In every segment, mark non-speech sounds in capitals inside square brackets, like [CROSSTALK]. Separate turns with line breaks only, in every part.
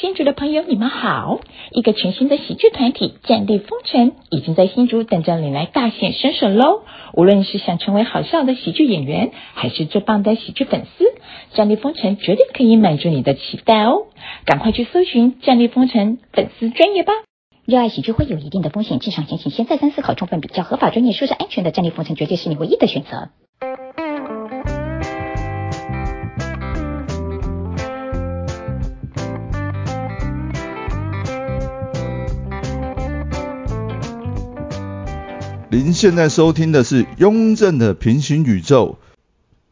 新竹的朋友，你们好！一个全新的喜剧团体“战地风尘”已经在新竹等着你来大显身手喽！无论是想成为好笑的喜剧演员，还是最棒的喜剧粉丝，“战地风尘”绝对可以满足你的期待哦！赶快去搜寻“战地风尘”粉丝专业吧！
热爱喜剧会有一定的风险，进场前请先再三思考，充分比较合法、专业、舒适、安全的战力风尘，绝对是你唯一的选择。
您现在收听的是雍正的平行宇宙。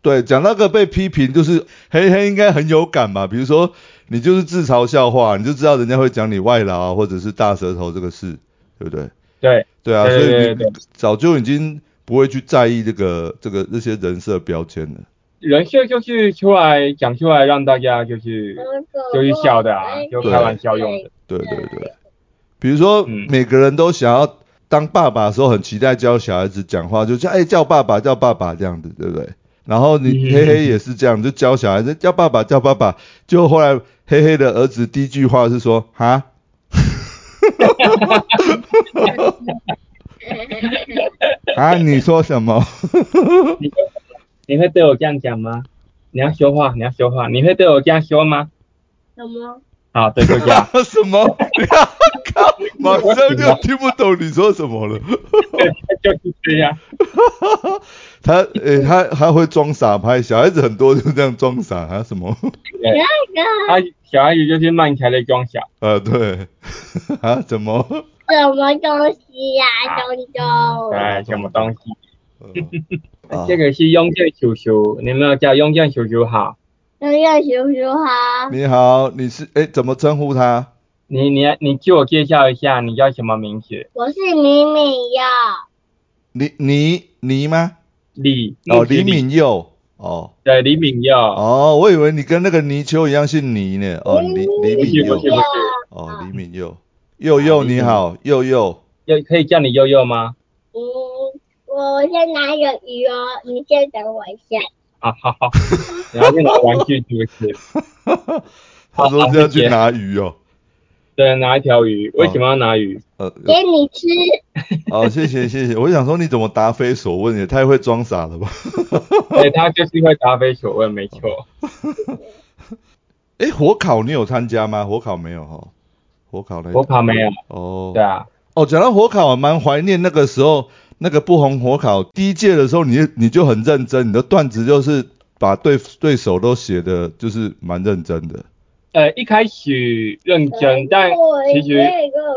对，讲那个被批评，就是黑黑应该很有感吧？比如说，你就是自嘲笑话，你就知道人家会讲你外劳啊，或者是大舌头这个事，对不对？
对
对啊，
对
所
对
以
对
你
对
早就已经不会去在意这个这个这些人设标签了。
人设就是出来讲出来让大家就是就是笑的啊，就开玩笑用的。
嗯对对对，比如说、
嗯
每个人都想要当爸爸的时候，很期待教小孩子讲话，就叫哎、叫爸爸叫爸爸这样子，对不对？然后你
嗯
黑黑也是这样，就教小孩子叫爸爸叫爸爸，就后来黑黑的儿子第一句话是说哈，啊你说什么？
你会对我这样讲吗？你要说话，你要说话，你会对我这样说吗？
什么？
好， [LAUGHS] 对，就
[LAUGHS]
这样。
什
[LAUGHS]
么？靠，马上就听不懂你说什么了。 [LAUGHS]
对，就是这样。
他诶、他他会装傻拍，小孩子很多就这样装傻啊什么？ [LAUGHS]
他啊小阿姨就是慢才的装傻，
呃，对， [LAUGHS] 啊，怎么？
什么东西呀、东
哦
东？
哎，什么东西？
呃
这个是雍正叔叔，你有没有叫雍正叔叔好？
那个叔叔好，
你好，你是哎，怎么称呼他？
你你你自我介绍一下，你叫什么名字？
我是米米呀。
李倪倪吗？
李
哦，李，敏佑。哦
对，李敏佑，
哦，我以为你跟那个泥鳅一样姓倪呢。哦，李李
不
敏
是不是
佑。
不是，
哦，李敏佑。佑佑
啊李敏
你好，佑佑。
又可以叫你悠悠吗？
嗯，我先拿个鱼哦，你先等我一下。
啊，好好， [LAUGHS] 然后就拿玩具是不是？
他说是要去
谢谢
拿鱼哦。
对，拿一条鱼，为什么要拿鱼？
呃，
给你吃，
哦，谢谢谢谢。我想说你怎么答非所问，也太会装傻了吧？哦
对，他就是会答非所问，没错。
哎，火烤你有参加吗？火烤没有哈。火烤那个
我考没有，
哦
对。啊，
哦，讲到火烤，我蛮怀念那个时候那个不红火烤第一届的时候你，你就很认真，你的段子就是把对对手都写的就是蛮认真的。
呃，一开始认
哦
真，但其实
哎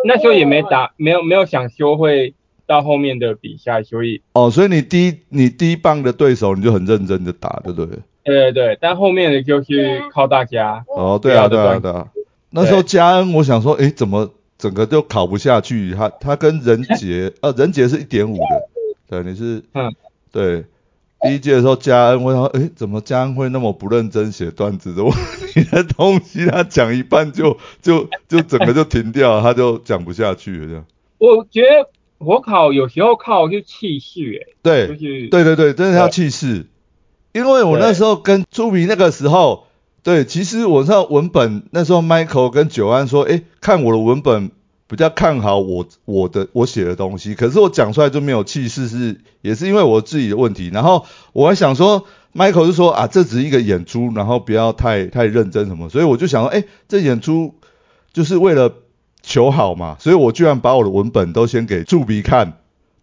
那时候也没。打，没有没有想说会到后面的比赛，所以
哦，所以你第一你第一棒的对手你就很认真的打，对不对？
对对对，但后面的就
对
是
啊
靠大家，
哦，对啊，
对
对
啊
啊，对啊。那时候嘉恩，我想说，诶，怎么整个就考不下去？他他跟任 [LAUGHS] 杰，呃，任杰是一点五的，对，你是，
嗯，
对。第一届的时候，嘉恩，我想说，诶，怎么嘉恩会那么不认真写段子的？我 [LAUGHS] 你的东西，他讲一半就就就整个就停掉了，他就讲不下去了，这样。
我觉得火烤有时候靠是气势，哎，就
对，
是
对对对，真的要气势。因为我那时候跟朱明那个时候，对，其实我知道文本那时候 Michael 跟九安说，诶，看我的文本比较看好我我的我写的东西，可是我讲出来就没有气势，是也是因为我自己的问题。然后我还想说，Michael 就说啊，这只是一个演出，然后不要太太认真什么，所以我就想说，诶，这演出就是为了求好嘛，所以我居然把我的文本都先给祝比看，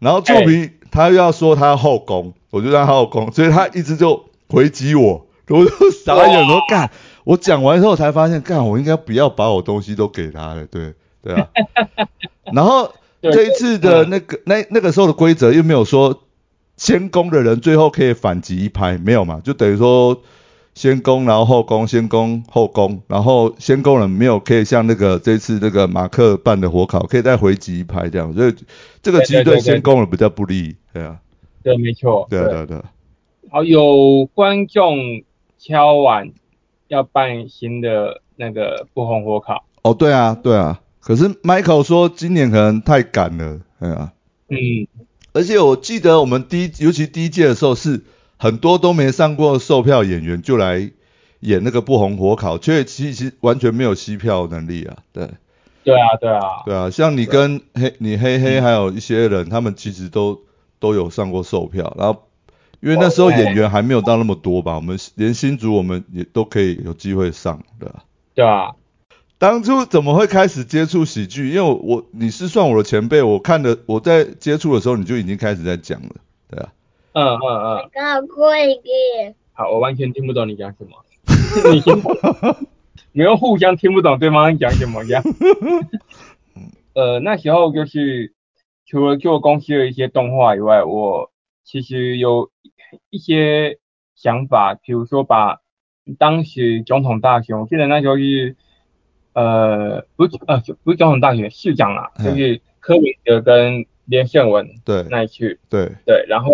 然后祝比他又要说他后宫，我就让他后宫，所以他一直就回击我，我就傻眼，我说干，我讲完之后才发现，干，我应该不要把我东西都给他了，对对啊，
[LAUGHS]
然后
对
这一次的那个那那个时候的规则又没有说先攻的人最后可以反击一拍，没有嘛，就等于说先攻，然后后攻，先攻后攻，然后先攻人没有可以像那个这次那个马克办的火烤，可以再回击一拍这样，所以这个其实
对对
对
对对
先攻人比较不利，对啊，
对，没错，
对啊对啊对啊，
好，哦有观众敲碗要办新的那个不红火烤，
哦对啊对啊，可是 Michael 说今年可能太赶了，对啊，
嗯，
而且我记得我们第一，尤其第一届的时候是很多都没上过售票演员就来演那个不红火烤，却其实完全没有吸票能力啊。对
对啊，对啊，
对啊，像你跟黑你黑黑还有一些人，他们其实都都有上过售票，然后因为那时候演员还没有到那么多吧，我们连新竹我们也都可以有机会上的。
对啊，
当初怎么会开始接触喜剧？因为我我你是算我的前辈，我看的我在接触的时候你就已经开始在讲了，对啊。
嗯嗯嗯，
高贵的，
好，我完全听不懂你讲什么， [LAUGHS] 你听不懂，你们互相听不懂对方讲什么样。呃，那时候就是除了做公司的一些动画以外，我其实有一些想法，比如说把当时总统大选，我记得那时候是呃不是呃不是总统大选，市长啦，
嗯
就是柯文哲跟连胜文
对
那一次，
对
对，然后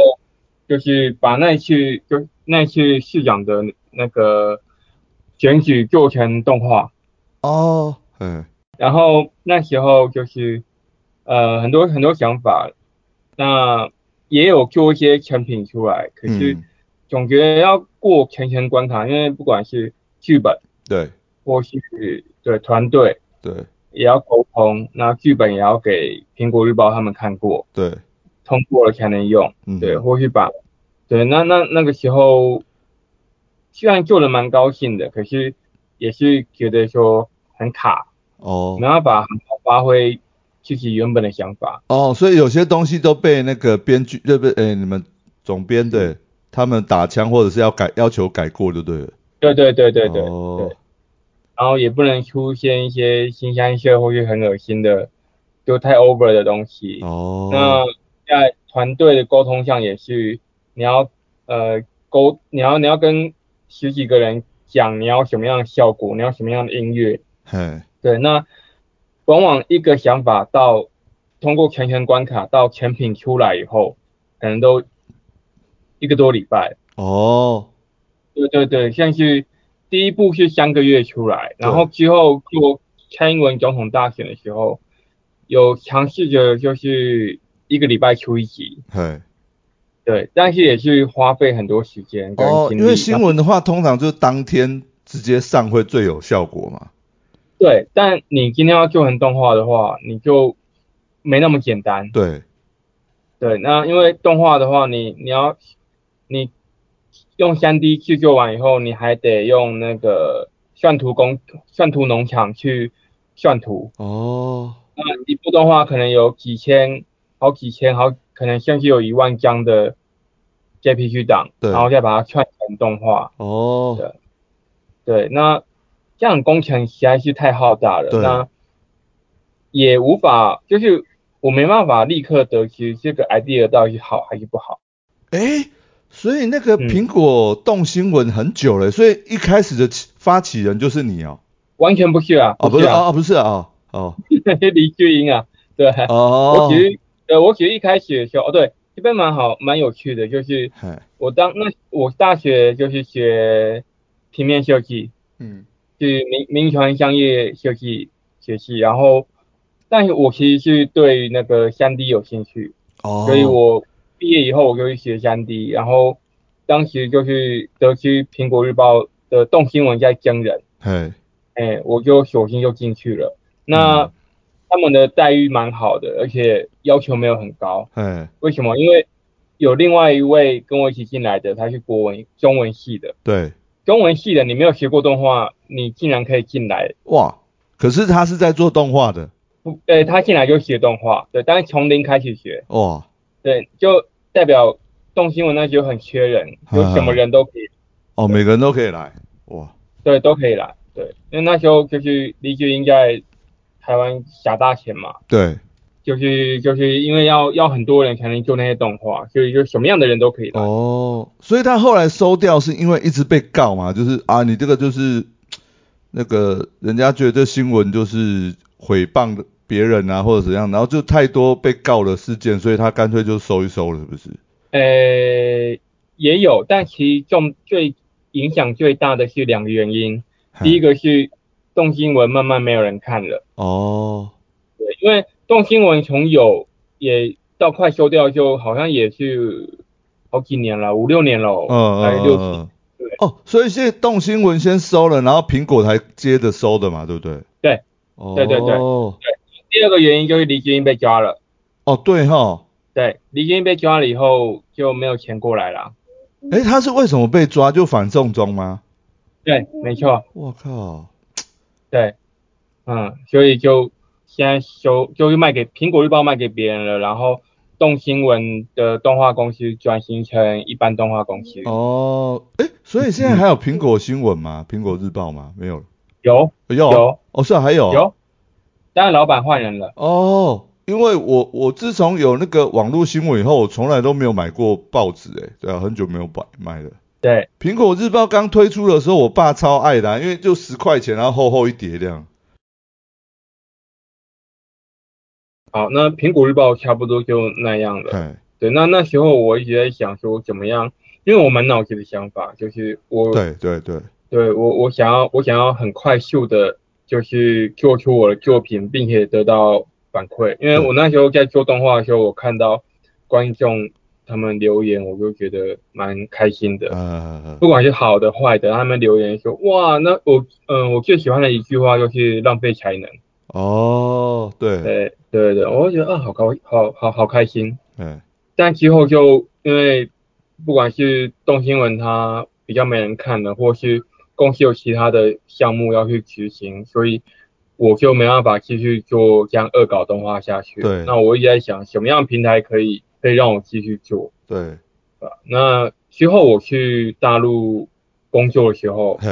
就是把那一次就那一次市长的那个选举做成动画，
哦，嗯
然后那时候就是呃很多很多想法，那也有做一些成品出来，可是
嗯
总觉得要过层层关卡，因为不管是剧本
对
或是对团队
对
也要沟通，那剧本也要给苹果日报他们看过，
对
通过了才能用，
嗯
对，或是把对那那那个时候虽然做的蛮高兴的，可是也是觉得说很卡。
哦
然后把很好发挥自己原本的想法。
哦，所以有些东西都被那个编剧对不对？哎，你们总编
嗯
对他们打枪或者是要改要求改过就对了。
对对对对对、
哦
对。然后也不能出现一些新鲜社或是很恶心的，就太 over 的东西。嗯那
哦，
在团队的沟通上也是，你要呃沟，你要你要跟十几个人讲你要什么样的效果，你要什么样的音乐。
嘿，
对，那往往一个想法到通过层层关卡到成品出来以后，可能都一个多礼拜。
哦，
对对对，像是第一部是三个月出来，
对
然后之后做蔡英文总统大选的时候，有尝试着就是一个礼拜出一集，
嘿，
对，但是也是花费很多时间跟
哦，
精力。
因为新闻的话，通常就是当天直接上会最有效果嘛。
对，但你今天要做成动画的话，你就没那么简单。
对，
对，那因为动画的话，你你要你用3 D 制作完以后，你还得用那个算图工算图农场去算图。
哦，
那一部动画可能有几千、好几千、好可能甚至有一万张的 JPG 档，
对
然后再把它串成动画。啊
哦，
对，那这样工程实在是太浩大了，
对
那也无法就是我没办法立刻得知这个 idea 到底是好还是不好。
哎，所以那个
嗯
苹果动新闻很久了，所以一开始的起发起人就是你哦。
完全不是啊，
哦，不是
是 [LAUGHS]
啊，
啊，
哦不是啊，哦
[LAUGHS]
哦
李巨英啊，对，
哦
我其实呃，我其实一开始的时候，哦对，这边蛮好，蛮有趣的，就是
嘿，
我当那我大学就是学平面设计，
嗯，
是民民传商业设计学系，然后，但是我其实是对那个三 D 有兴趣，
哦，
所以我毕业以后我就去学三 D，然后当时就是得知苹果日报的动新闻在征人。
嘿，
哎、我就索性就进去了。那、
嗯
他们的待遇蛮好的，而且要求没有很高。
嘿，
为什么？因为有另外一位跟我一起进来的，他是国文中文系的，
对，
中文系的你没有学过动画，你竟然可以进来。
哇，可是他是在做动画的，
不，呃，他进来就学动画，对，但是从零开始学，
哇，
对，就代表动新闻那就很缺人，有什么人都可以，
哦，每个人都可以来，哇，
对，都可以来，对，因为那时候就是李俊英在台湾撒大钱嘛，
对，
就是就是因为要要很多人才能做那些动画，所以就什么样的人都可以来。
哦，所以他后来收掉是因为一直被告嘛，就是啊，你这个就是那个人家觉得这新闻就是诽谤别人啊，或者怎样，然后就太多被告的事件，所以他干脆就收一收了，是不是？
呃，也有，但其实重最影响最大的是两个原因，第一
个，
个是动新闻慢慢没有人看了，
哦，
对，因为动新闻从有也到快收掉，就好像也是好几年了，五六年了哦，
嗯
大概
嗯
六七
嗯，
对，
哦，所以现在动新闻先收了，然后苹果才接着收的嘛，对不对？
对。
哦。
对对对
哦，
第二个原因就是黎智英被抓了，
对哈。
对，黎智英被抓了以后就没有钱过来啦。
哎，他是为什么被抓？就反送中吗？
对，没错，
我靠。
对，嗯，所以就现在收就是卖给苹果日报卖给别人了，然后动新闻的动画公司转型成一般动画公司。
哦，哎，所以现在还有苹果新闻吗？苹果日报吗？没有了。
有
有
有
哦，是啊，还有哦
有，当然老板换人了。
哦，因为我我自从有那个网络新闻以后，我从来都没有买过报纸，哎，对啊，很久没有买买了。
对，
苹果日报刚推出的时候，我爸超爱的啊、因为就十块钱，然后厚厚一叠这样。
好，那苹果日报差不多就那样了。
哎，
对，那那时候我一直在想说怎么样，因为我满脑子的想法就是我
对对对，
对我我想要我想要很快速的，就是做出我的作品，并且得到反馈。因为我那时候在做动画的时候，我看到观众他们留言，我就觉得蛮开心的。
呃
不，管是好的坏的，他们留言说哇，那我嗯、我最喜欢的一句话就是浪费才能。
哦，对，
对对对，我会觉得啊，好高，好好好开心。
哎，
但之后就因为不管是动新闻它比较没人看了，或是公司有其他的项目要去执行，所以我就没办法继续做这样恶搞动画下去。
对
那我一直在想什么样的平台可以可以让我继续做。
对，
对吧那之后我去大陆工作的时候，
嘿，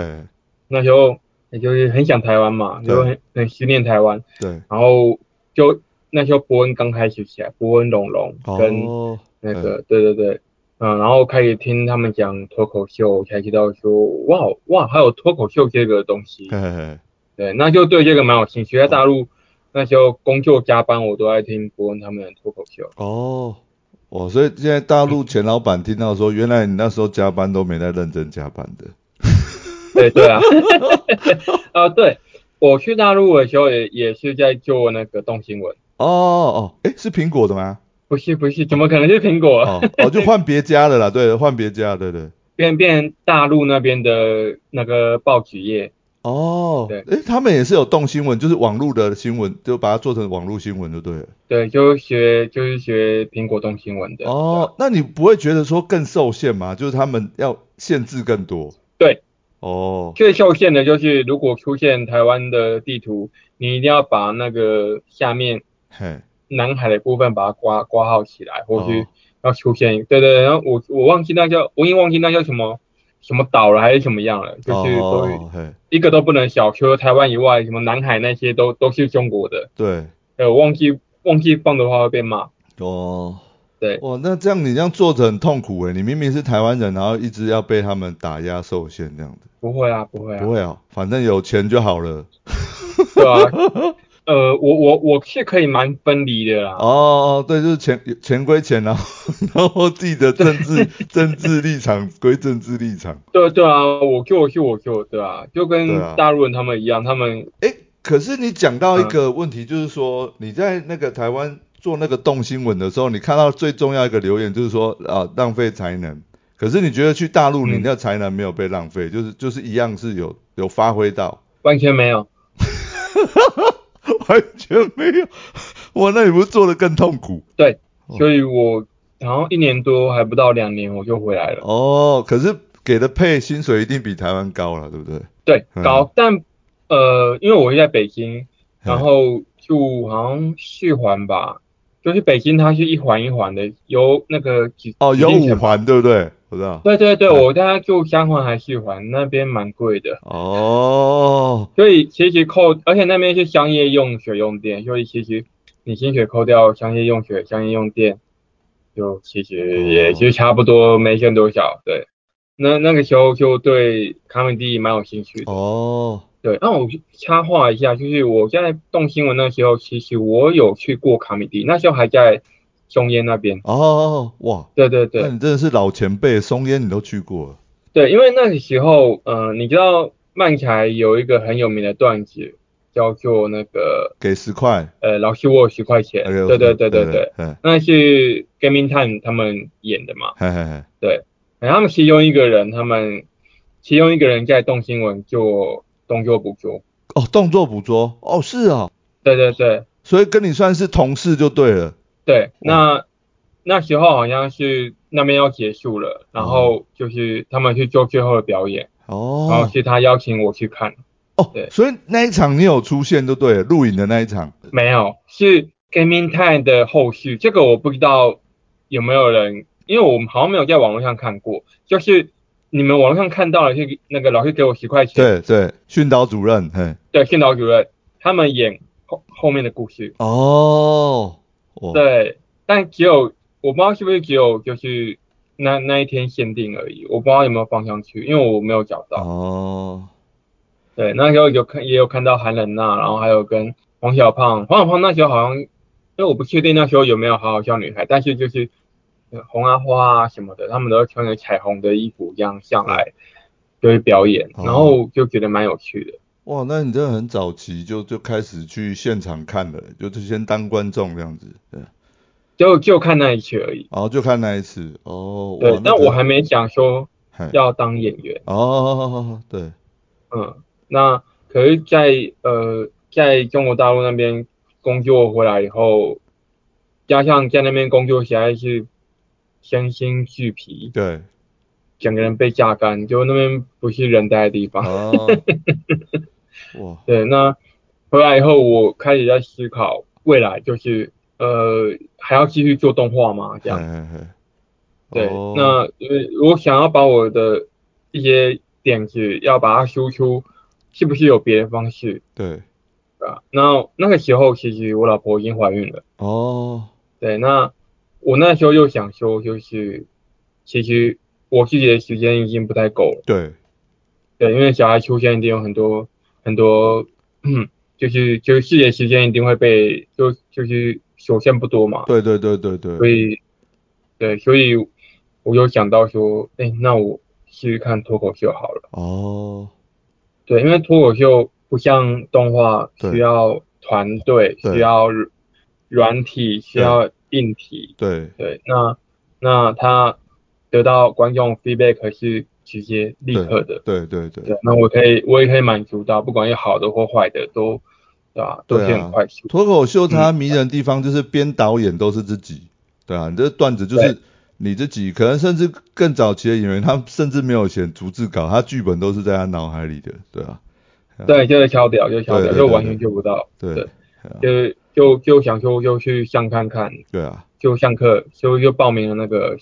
那时候也就是很想台湾嘛，
对
就很很思念台湾，
对，
然后就那时候伯恩刚开始起来，伯恩龙龙跟、
哦，
那个，对对对，嗯，然后开始听他们讲脱口秀，才知道说，哇哇，还有脱口秀这个东西
嘿，，嘿，
对，那就对这个蛮有兴趣。在大陆那时候工作加班，我都在听伯恩他们的脱口秀。
哦，哦，所以现在大陆前老板听到说，原来你那时候加班都没在认真加班的。
对
[LAUGHS]
对啊，呃，对，我去大陆的时候也也是在做那个动新闻，
哦哦，哎，是苹果的
[LAUGHS]
吗？
不是不是，怎么可能是苹果？
哦哦，就换别家了啦，对，换别家，对对。
变变大陆那边的那个报纸业，
哦，
对
诶，他们也是有动新闻，就是网络的新闻，就把它做成网络新闻就对了。
对，就学就是学苹果动新闻的。对啊
哦，那你不会觉得说更受限吗？就是他们要限制更多。
对。
哦，
最受限的就是，如果出现台湾的地图，你一定要把那个下面
嘿，
南海的部分把它挂挂号起来，或
哦
是要出现。对对，然后我我忘记那叫，我已经忘记那叫什么什么岛了还是什么样了，就是都、
哦，嘿，
一个都不能小，除了台湾以外，什么南海那些都都是中国的。
对，
呃，我忘记忘记放的话会被骂。
哦，
对
哇，那这样你这样做着很痛苦欸诶，你明明是台湾人，然后一直要被他们打压受限这样子。
不会啊，不会啊
不，会啊，反正有钱就好了。
对啊。呃，我我我是可以蛮分离的啦。
哦哦，对，就是钱钱归钱，然后 [LAUGHS] 然后自己的政治政治立场归政治立场。
对对啊，我救我救我救，对啊，就
对
跟
啊
大陆人他们一样，他们
哎，可是你讲到一个问题，就是说你在那个台湾做那个动新闻的时候，你看到最重要一个留言就是说啊浪费才能。可是你觉得去大陆，
嗯
你那才能没有被浪费，就是就是一样是有有发挥 [LAUGHS] 到，
完全没有。
完全没有。哇，那你不是做的更痛苦？
对
哦，
所以我然后一年多还不到两年我就回来了，
哦，可是给的配薪水一定比台湾高了，对不对？
对
嗯，
高，但呃，因为我是在北京，
嗯
然后住好像四环吧，就是北京它是一环一环的，由那个几
哦，有五。
几层
环，对不对？我知道。
对对对，
嗯
我大概住三环还是四环，那边蛮贵的，
哦，
所以其实扣，而且那边是商业用水用电，所以其实你薪水扣掉商业用水、商业用电，就其实也就差不多没剩多少。对，那那个时候就对 comedy 蛮有兴趣的。
哦，
对，那我插话一下，就是我在动新闻那时候，其实我有去过 comedy，那时候还在松烟那边。
哦，哇，
对对
那
对
你真的是老前辈，松烟你都去过了，
对，因为那个时候，嗯、你知道漫才有一个很有名的段子，叫做那个
给十块，
呃，老师我有十块钱，
哎
对对对对对，，
嗯，
那是 Gaming Time 他们演的嘛，
嘿嘿嘿，
然后他们其中一个人，他们其中一个人在动新闻做动作捕捉。
哦，动作捕捉，哦，是啊，
对对对
所以跟你算是同事就对了。
对，那那时候好像是那边要结束了，然后就是他们去做最后的表演，然后
哦
是他邀请我去看，
哦
对，
所以那一场你有出现就对了，录影的那一场。
没有，是 Gaming Time 的后续，这个我不知道有没有人，因为我们好像没有在网络上看过，就是你们网络上看到的是那个老师给我十块钱，
对对，训导主任，嘿，
对，训导主任他们演后后面的故事，
哦，哦，
对，但只有我不知道是不是只有就是那那一天限定而已，我不知道有没有放上去，因为我没有找到。
哦，
对，那时候有看也有看到韩冷娜，然后还有跟黄小胖，黄小胖那时候好像，因为我不确定那时候有没有好好笑女孩，但是就是呃红啊花啊什么的，他们都穿着彩虹的衣服这样上来就是表演，
哦
然后就觉得蛮有趣的。
哇，那你真的很早期就就开始去现场看了，就是先当观众这样子，对，
就就看那一期而已，
然后就看那一次，哦，哇
对，
那
但
个
我还没讲说
嘿
要当演员，
哦，对，
嗯，那可是在，呃，在中国大陆那边工作回来以后，加上在那边工作实在是身心俱疲，
对，
整个人被榨干，就那边不是人待的地 [LAUGHS] 方。
哦，哇，
对，那回来以后，我开始在思考未来，就是呃，还要继续做动画吗？这
嘿
样。
嘿嘿，
对，
嗯哦
那呃，我想要把我的一些点子要把它输出，是不是有别的方式？
对，
啊，那那个时候其实我老婆已经怀孕了，
哦，
对，那我那时候又想说，就是其实我自己的时间已经不太够了，
对，
对，因为小孩出生一定有很多很多，嗯就是就是自己的时间一定会被就就是所剩不多嘛，
对对对对对，
所以对，所以我有想到说，哎，那我试试看脱口秀好了，
哦，
对，因为脱口秀不像动画
对
需要团队，
对
需要软体，需要硬体。
对，
对，那那他得到观众 feedback 是直接立刻的。
对对对
对，，那我可以我也可以满足到，不管是好的或坏的，都对吧、都
对
是
啊
很快速。
脱口秀它迷人的地方就是编导演都是自己，对啊，你这段子就是你自己，可能甚至更早期的演员，他甚至没有写逐字稿，他剧本都是在他脑海里的，对啊，
对，就是敲掉，就是敲
对
掉，
对
就
对
完
对
全救不到。
对
对
对啊
就是就就想说就去上看看，
对啊，
就上课，就就报名了那个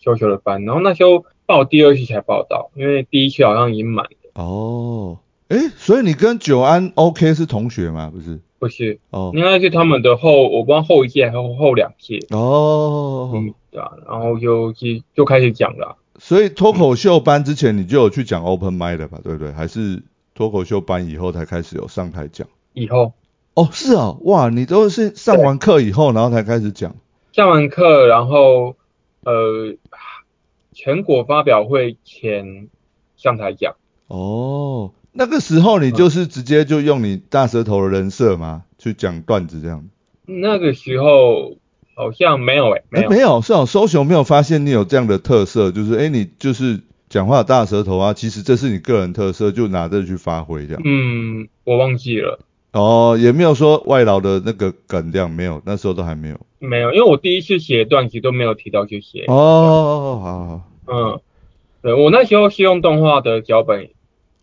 修修的班，然后那时候报第二期才报到，因为第一期好像已经满了，
哦，诶，所以你跟久安 OK 是同学吗？不是？
不是，
哦
应该是他们的后，我不知道后一届还是后两届，
哦，
嗯，对啊，然后就就就开始讲了，
所以脱口秀班之前你就有去讲 open mic 了吧？对不对？还是脱口秀班以后才开始有上台讲？
以后
哦，是啊，哇，你都是上完课以后，然后才开始讲。
上完课，然后呃，全国发表会前上台讲，
哦，那个时候你就是直接就用你大舌头的人设吗？去讲段子这样？
那个时候好像没有诶、没
诶
有，
没有，是哦，搜寻没有发现你有这样的特色，就是哎、诶你就是讲话大舌头啊，其实这是你个人特色，就拿这去发挥这样。
嗯，我忘记了。
哦，也没有说外劳的那个梗这样，没有，那时候都还没有。
没有，因为我第一次写段子都没有提到去写。
哦，好好，
嗯，对我那时候是用动画的脚本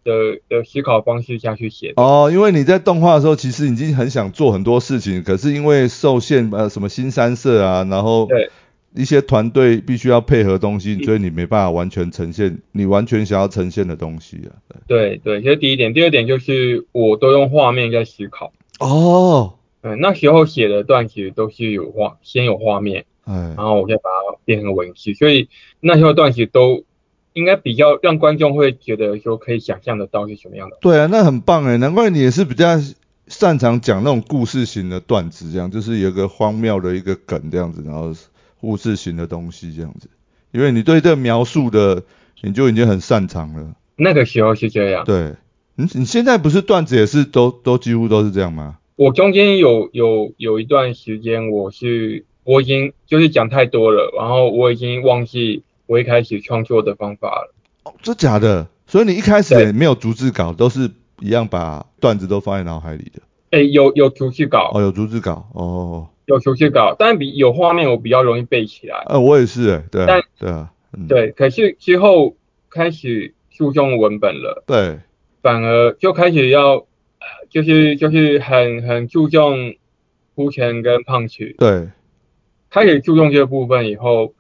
的的思考方式下去写的。
哦，因为你在动画的时候，其实已经很想做很多事情，可是因为受限呃什么新三社啊，然后
对
一些团队必须要配合东西，
嗯
所以你没办法完全呈现你完全想要呈现的东西啊。对
对对，这是第一点。第二点就是我都用画面在思考。
哦，
嗯，那时候写的段子都是有画，先有画面，
哎
然，后我再把它变成文字，所以那时候段子都应该比较让观众会觉得说可以想象得到是什么样的。
对啊，那很棒哎，难怪你也是比较擅长讲那种故事型的段子，这样就是有一个荒谬的一个梗这样子，然后故事型的东西这样子，因为你对这描述的你就已经很擅长了。
那个时候是这样。
对，你你现在不是段子也是都都几乎都是这样吗？
我中间有有有一段时间，我是我已经就是讲太多了，然后我已经忘记我一开始创作的方法了。
哦，真假的？所以你一开始
对
也没有逐字稿，都是一样把段子都放在脑海里的。
哎、有有逐字稿，
哦，有逐字稿哦。
有逐字稿，但比有画面我比较容易背起来。
呃，我也是、哎，对啊
但，
对啊，嗯，
对，可是之后开始注重文本了，
对，
反而就开始要，呃就是就是很很注重铺陈跟胖曲。
对，
开始注重这个部分以后，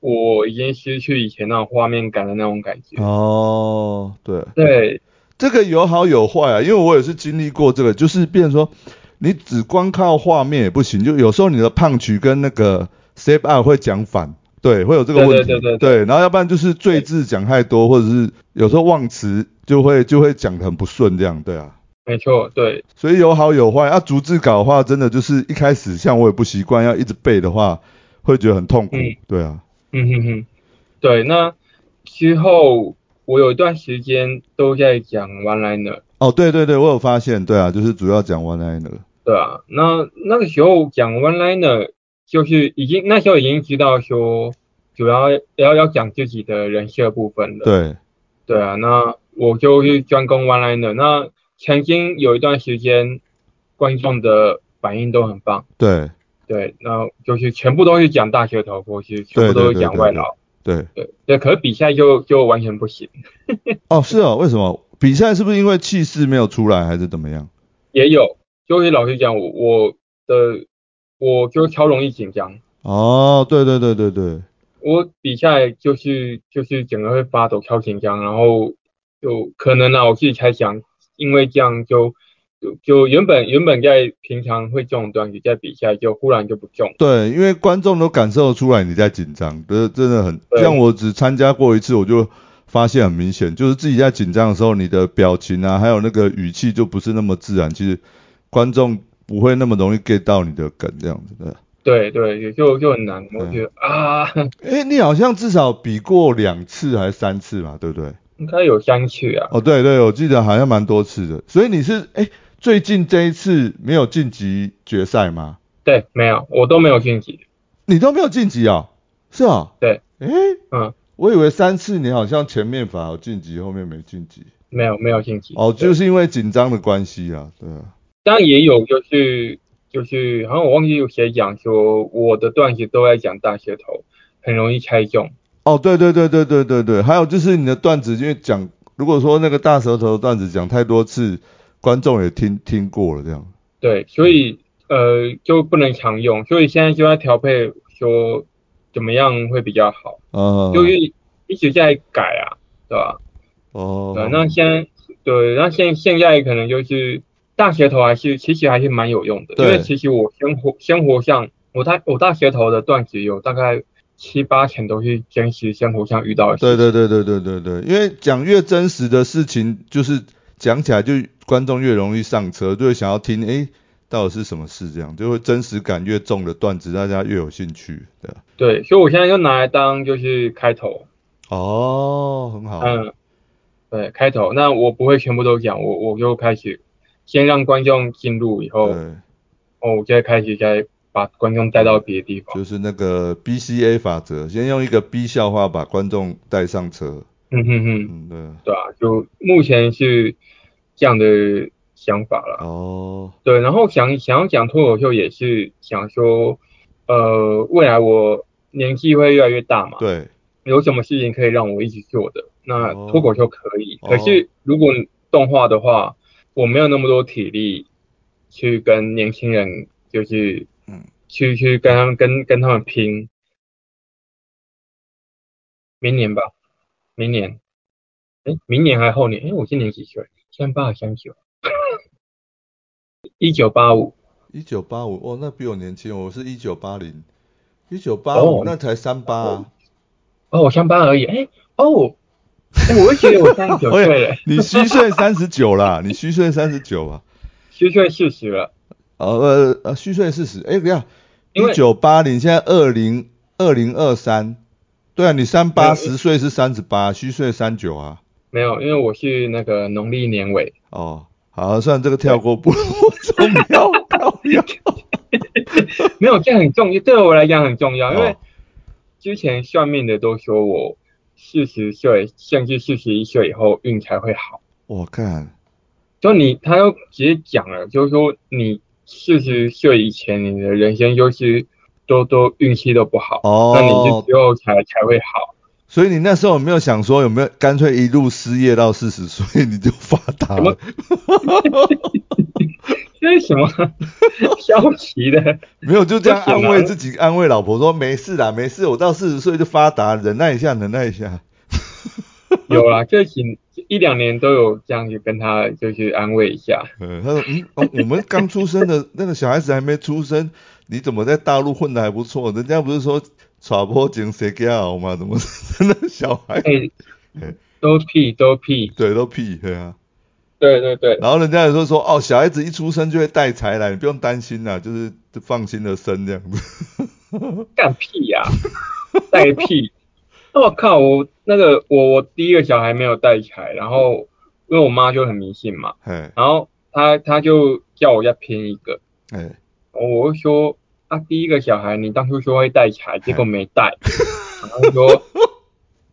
我已经失去以前那种画面感的那种感觉。
哦，对，
对，
这个有好有坏啊，因为我也是经历过这个，就是变成说你只光靠画面也不行，就有时候你的胖曲跟那个 step up 会讲反，对，会有这个问题，
对对对对
然后要不然就是赘字讲太多，或者是有时候忘词就会就会讲得很不顺这样，对啊。
没错，对，
所以有好有坏。啊，逐字稿的话，真的就是一开始像我也不习惯，要一直背的话，会觉得很痛苦。
嗯
对啊，
嗯哼哼，对。那之后我有一段时间都在讲 one liner，
哦，对对对，我有发现，对啊，就是主要讲 one liner。
对啊，那那个时候讲 one liner 就是已经那时候已经知道说主要要要讲自己的人设部分了。
对，
对啊，那我就是专攻 one liner。那曾经有一段时间，观众的反应都很棒。
对，
对，那就是全部都是讲大学头过去，全部都是讲外劳。
对，
对对，可是比赛就就完全不行，
哦，是哦，为什么比赛是不是因为气势没有出来，还是怎么样？
也有，就是老实讲，我我的我就超容易紧张，
哦，对对对对对，
我比赛就是就是整个会发抖，超紧张，然后就可能啊，我自己猜想，因为这样就就就原本原本在平常会中的段子，在比赛就忽然就不中。
对，因为观众都感受出来你在紧张，这真的很
对
像我只参加过一次，我就发现很明显，就是自己在紧张的时候，你的表情啊，还有那个语气就不是那么自然，其实观众不会那么容易 get 到你的梗这样子的。
对对，也就就很难，
嗯
我觉得啊，
哎，你好像至少比过两次还是三次嘛，对不对？
应该有三次啊。
哦，对对，我记得好像蛮多次的。所以你是哎，最近这一次没有晋级决赛吗？
对，没有，我都没有晋级。
你都没有晋级哦？是哦。
对。
哎，
嗯，
我以为三次你好像前面反而晋级，后面没晋级。
没有没有晋级。，
哦，就是是因为紧张的关系啊，对啊，
当然也有就是就是，好像我忘记有谁讲说我的段子都在讲大舌头，很容易猜中。
哦，对对对对对对对，还有就是你的段子，因为讲如果说那个大舌头的段子讲太多次，观众也听听过了这样。
对，所以呃就不能常用，所以现在就在调配说怎么样会比较好，
呃，
就是一直在改啊，对吧？
哦，
对，那现在对，那现现在可能就是大舌头还是其实还是蛮有用的，因
对
为其实我生活生活上，我大我大舌头的段子有大概七八成都是真实生活上遇到的事
对
情。
对对对对对对，因为讲越真实的事情，就是讲起来就观众越容易上车，就会想要听，诶，到底是什么事这样，就会真实感越重的段子，大家越有兴趣，对啊。
对，所以我现在就拿来当就是开头，
哦，很好。
嗯，对，开头。那我不会全部都讲，我我就开始先让观众进入以后，
对。
哦，我再开始再把观众带到别的地方。
就是那个 BCA 法则，先用一个 B 笑话把观众带上车。
嗯哼哼，
嗯，对。
对啊，就目前是这样的想法啦。
哦，
对，然后想想要讲脱口秀也是想说，呃，未来我年纪会越来越大嘛，
对，
有什么事情可以让我一起做的？那
哦
脱口秀可以，
哦
可是如果动画的话，我没有那么多体力去跟年轻人，就是
嗯
去去跟他们跟跟他们拼。明年吧，明年，哎，明年还后年？哎，我今年几岁？三八三九，一九八五。
一九八五，哦，那比我年轻，我是一九八零，一九八五
哦
那才三八啊。
哦，我三八而已。哎，哦，哎，我会觉得我三
[LAUGHS]
十九
哎呀
岁了，
你虚岁三十九啦，你虚岁三十九啊。
虚岁四十了。
呃呃呃，虚岁四十，哎，等一下，
因为
一九八零，现在二零二零二三，对啊，你三八
没有
十岁是三十八，虚岁三九啊。
没有，因为我是那个农历年尾。
哦，好，算这个跳过，不，我重要，
[LAUGHS]
高要。
没有，这很重要，对我来讲很重要，因
哦
为之前算命的都说我四十岁甚至四十一岁以后运才会好。
我看，
就你，他又直接讲了，就是说你四十岁以前，你的人生就是都都运气都不好，
哦
那你是之后才才会好。
所以你那时候有没有想说有没有干脆一路失业到四十岁你就发达了？
这是什么 [LAUGHS] 消极的？
没有，就这样
不
安
行啊
慰自己，安慰老婆说没事啦，没事，我到四十岁就发达，忍耐一下，忍耐一下。
有啦，这几一两年都有这样去跟他就是安慰一下。
嗯，他说嗯、哦我们刚出生的那个小孩子还没出生，你怎么在大陆混的还不错？人家不是说耍坡井谁给好吗？哦怎么 [LAUGHS] 生的小孩？
哎、都屁都屁，
对，都屁对啊。
对对对，
然后人家有时候说哦，小孩子一出生就会带财来，你不用担心啦，就是就放心的生这样子。
干屁
[LAUGHS]
呀、带屁！我靠，我那个我我第一个小孩没有带起来，然后因为我妈就很迷信嘛，
哎
然后她她就叫我要拼一个，
哎，
我就说啊，第一个小孩你当初说会带
[LAUGHS]
起来，结果没带，然后说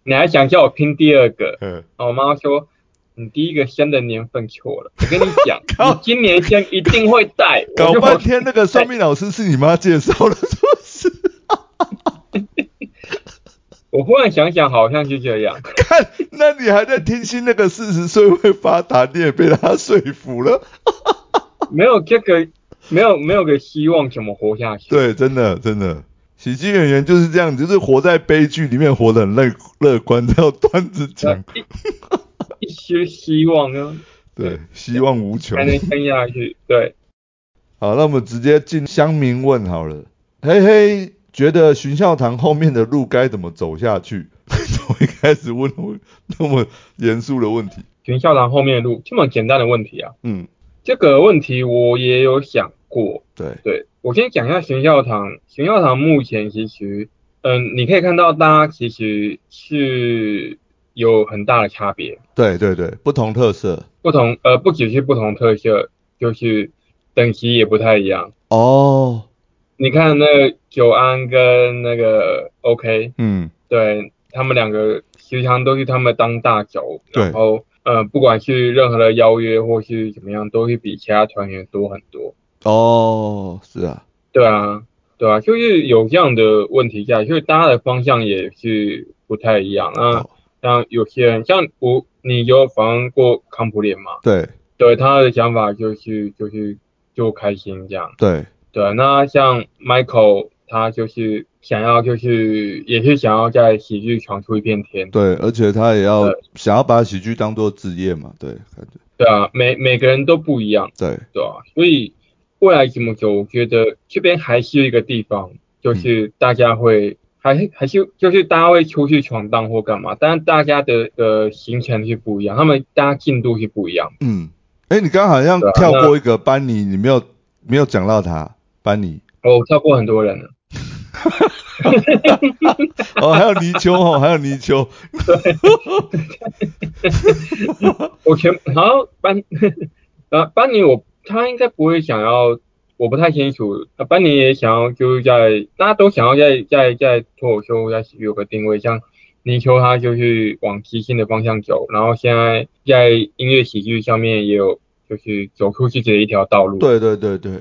你还想叫我拼第二个，
嗯，
然后我妈说你第一个生的年份错了，我跟你
[LAUGHS]
讲，你今年生一定会带，
搞
我就
半天那个算命老师是你妈介绍的， [LAUGHS] 说是
我忽然想想好像是这样，
看，那你还在听信那个四十岁会发达，你也被他说服了。
没有这个没有没有个希望怎么活下去？
对，真的真的，喜剧演员就是这样，就是活在悲剧里面，活得很乐乐观， [LAUGHS] 要端着讲，
一一丝希望呢，
对，希望无穷
才。能撑下去。对，
好，那我们直接进乡民问好了。嘿嘿，觉得巡校堂后面的路该怎么走下去？ [LAUGHS] 从一开始问我那么严肃的问题，
全校堂后面的路这么简单的问题啊，
嗯，
这个问题我也有想过。
对，
对我先讲一下巡校堂，巡校堂目前其实，嗯，你可以看到大家其实是有很大的差别，
对对对，不同特色。
不同呃不只是不同特色，就是等级也不太一样。
哦，
你看那个九安跟那个 OK，
嗯，
对他们两个时常都是他们当大轴，
对
然后呃，不管是任何的邀约或是怎么样，都会比其他团员多很多。
哦，是啊，
对啊，对啊，就是有这样的问题在，就是大家的方向也是不太一样。啊那
哦
像有些人，像我，你有访问过康普脸嘛？
对
对，他的想法就是就是就开心这样。
对，
对，啊那像 Michael，他就是想要就是也是想要在喜剧闯出一片天。
对，而且他也要
对
想要把喜剧当做职业嘛，对，感觉
对啊，每每个人都不一样，
对，
对啊，所以未来怎么走，我觉得这边还是一个地方，就是大家会、还是还是就是大家会出去闯荡或干嘛，但是大家的呃行程是不一样，他们大家进度是不一样。
嗯，哎，你刚刚好像
对啊
跳过一个班尼，你没有没有讲到他班
[LAUGHS]
尼，
哦我跳过很多人了，
哦，还有泥鳅哦，还有泥鳅，
我全然后班啊班尼我他应该不会想要，我不太清楚，啊班尼也想要就是在大家都想要在在在脱口秀在喜剧有个定位，像泥鳅他就是往即兴的方向走，然后现在在音乐喜剧上面也有就是走出自己的一条道路，
对对对对，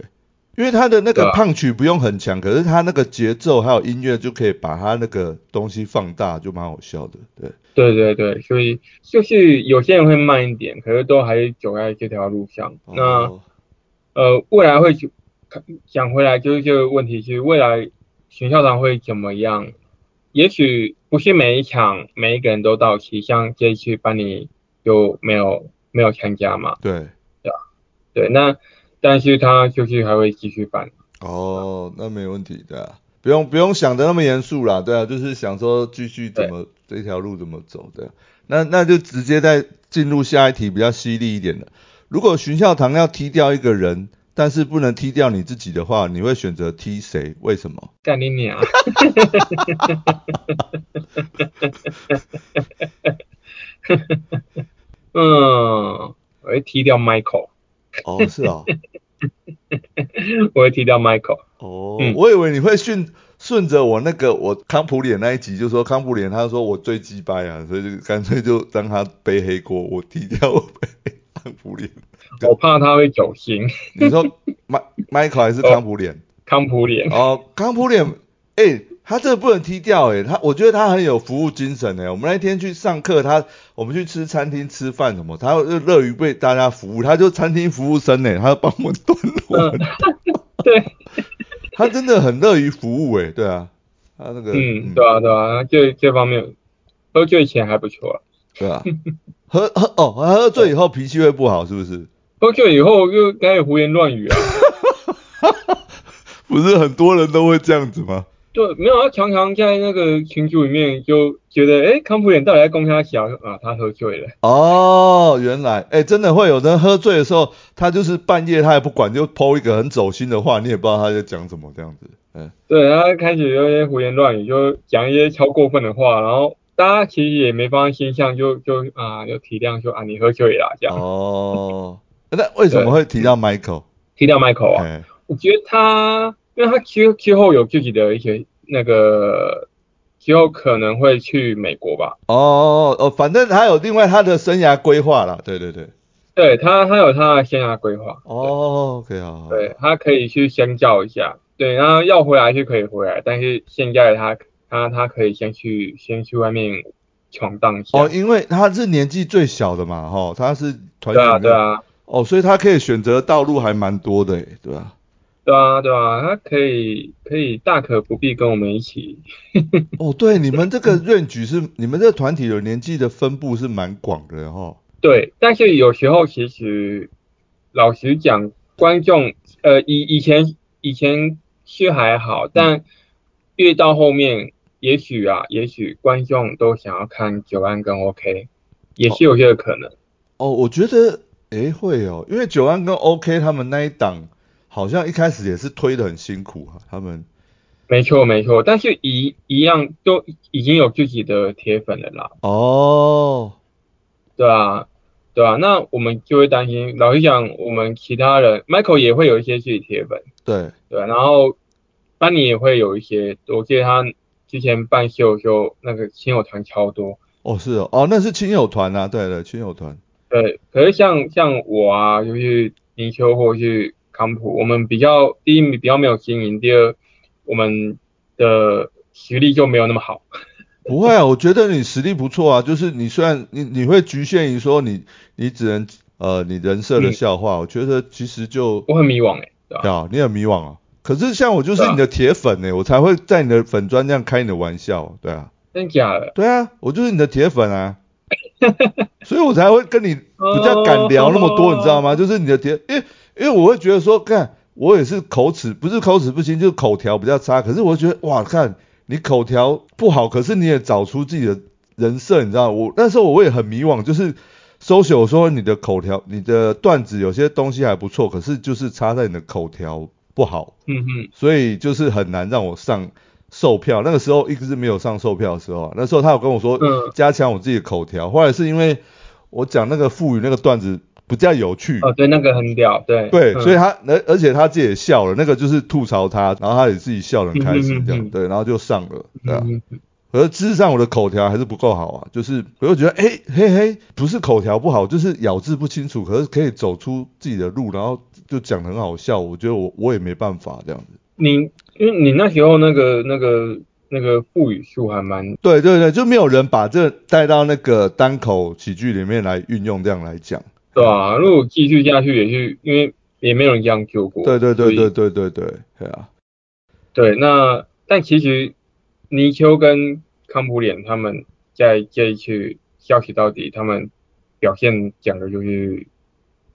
因为他的那
对
个
啊
胖曲不用很强，可是他那个节奏还有音乐就可以把他那个东西放大，就蛮好笑的。对，
对对对，所以就是有些人会慢一点，可是都还是走在这条路上，那。
哦
呃，未来会去讲回来，就是这个问题是未来巡校长会怎么样？也许不是每一场每一个人都到齐，像这一次班尼就没有没有参加嘛，
对，
对，那但是他就是还会继续办，
哦，那没问题的、啊，不用不用想的那么严肃啦，对啊，就是想说继续怎么这条路怎么走的、那那就直接再进入下一题比较犀利一点的。如果巡校堂要踢掉一个人，但是不能踢掉你自己的话，你会选择踢谁？为什
[LAUGHS]
么？
干你娘！嗯，我会踢掉 Michael，
哦，是哦，
我会踢掉 Michael。
哦，
嗯
我以为你会训，顺着我那个我康普脸那一集，就说康普脸他说我最鸡掰啊，所以就干脆就让他背黑锅，我踢掉我背 [LAUGHS] 康普脸。
我怕他会走心。
你说迈 Michael 还是
哦
康普脸？
康普脸，
哦，康普脸，哎、他这个不能踢掉哎、他我觉得他很有服务精神哎、我们那天去上课，他我们去吃餐厅吃饭什么，他就乐于为大家服务，他就餐厅服务生哎、他帮我们端我们，
嗯 [LAUGHS] 对，
他真的很乐于服务哎、对啊，他那个
嗯，对啊，对啊，这这方面喝醉前还不错啊，
对啊，喝喝哦，喝醉以后脾气会不好是不是？ [LAUGHS]
喝醉以后又开始胡言乱语啊， [LAUGHS]
不是很多人都会这样子吗？
对，没有，他啊常常在那个群组里面就觉得，哎，康普脸到底在攻他小啊？他喝醉了，
哦，原来，哎、真的会有人喝醉的时候，他就是半夜他也不管，就抛一个很走心的话，你也不知道他在讲什么这样子。嗯，
对，他开始有些胡言乱语，就讲一些超过分的话，然后大家其实也没放在心上，就就啊，就体谅说啊，你喝醉了啊这样，
哦，那为什么会提
嗯
到 Michael？
体谅 Michael 啊。
哎，
我觉得他，因为他之之后有自己的一些那个，之后可能会去美国吧。
哦哦哦，反正他有另外他的生涯规划啦，对对对。
对他，他有他的生涯规划。
哦，OK，好好。
对，他可以去深造一下。对，然后要回来是可以回来，但是现在他他他可以先去先去外面闯荡一下。
哦，因为他是年纪最小的嘛，哈、他是团
对啊
长。
对。啊
哦，所以他可以选择的道路还蛮多的，哎对吧、
对啊对啊，他可以可以大可不必跟我们一起。
哦，对，你们这个院举是你们这个团体的年纪的分布是蛮广的哈、哦。
对，但是有时候其实，老实讲，观众，呃，以以前以前是还好，但越到后面，也许啊，也许观众都想要看九安跟 OK，也是有这个可能。
哦，我觉得诶会哦，因为九安跟 OK 他们那一档好像一开始也是推的很辛苦啊，他们
没错没错，但是一一样都已经有自己的铁粉了啦，
哦
对啊，对啊，那我们就会担心，老实讲，我们其他人，Michael 也会有一些自己铁粉。
对
对，啊然后班尼也会有一些，我记得他之前办秀的时候，那个亲友团超多。
哦是哦哦那是亲友团啊，对对亲友团
对，可是像像我啊，就是泥鳅或是康普，我们比较第一比较没有经营，第二我们的实力就没有那么好。
不会啊，我觉得你实力不错啊，就是你虽然你你会局限于说你你只能呃你人设的
嗯
笑话，我觉得其实就
我很迷惘哎、对吧、
啊，你很迷惘啊。可是像我就是
对啊
你的铁粉欸呢、我才会在你的粉砖这样开你的玩笑，对啊，
真假的？
对啊，我就是你的铁粉啊，所以我才会跟你比较敢聊那么多，
哦
你知道吗？就是你的铁，因为因为我会觉得说，看我也是口齿不是口齿不清，就是口条比较差，可是我会觉得哇，看你口条不好，可是你也找出自己的人设，你知道吗，我那时候我也很迷惘，就是。搜寻我说你的口条、你的段子有些东西还不错，可是就是差在你的口条不好，
嗯哼，
所以就是很难让我上售票。那个时候一直没有上售票的时候啊，那时候他有跟我说
嗯
加强我自己的口条，后来是因为我讲那个富语那个段子比较有趣，
哦，对，那个很屌，对，
对，
嗯
所以他而而且他自己也笑了，那个就是吐槽他，然后他也自己笑得很开
嗯嗯
心
嗯
这
嗯
样，对，然后就上了，对啊。
嗯
可是事实上我的口条还是不够好啊，就是我就觉得哎、嘿嘿，不是口条不好，就是咬字不清楚，可是可以走出自己的路，然后就讲得很好笑，我觉得我我也没办法这样子。
你因为你那时候那个那个那个赋语数还蛮
对对对，就没有人把这带到那个单口喜剧里面来运用，这样来讲。
对啊，如果继续下去也是因为也没有人这样救过。
对对
所
对
以
对对对对，对啊。
对。那但其实泥鳅跟康普脸他们在这一次消息到底，他们表现讲的就是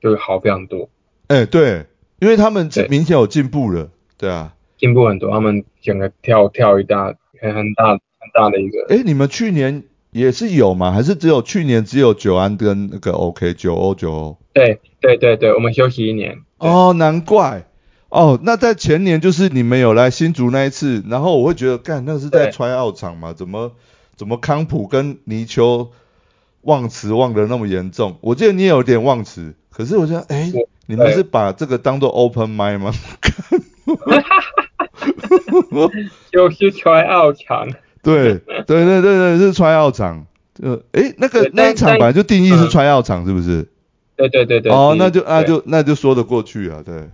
就是好非常多，
哎，对，因为他们
对
明显有进步了，对啊。
进步很多。他们整个跳跳一大很很大很大的一个。
哎，你们去年也是有吗？还是只有去年只有九安跟那个 OK 九欧九欧？
对对对对，我们休息一年。
哦，难怪。哦，那在前年就是你们有来新竹那一次，然后我会觉得，干，那是在
对
try out 场嘛？怎么怎么康普跟泥鳅忘词忘的那么严重？我记得你也有点忘词，可是我觉得，哎、
我
你们
对
是把这个当做 open mind 吗？
就是穿奥场，
[LAUGHS]
[LAUGHS]
对对对对对，是穿药场。呃，诶，那个
对
那
但
一场本来就定义是
嗯
穿药场，是不是？
对对对对。
哦，
是
那就那
对
就那就说得过去啊，对。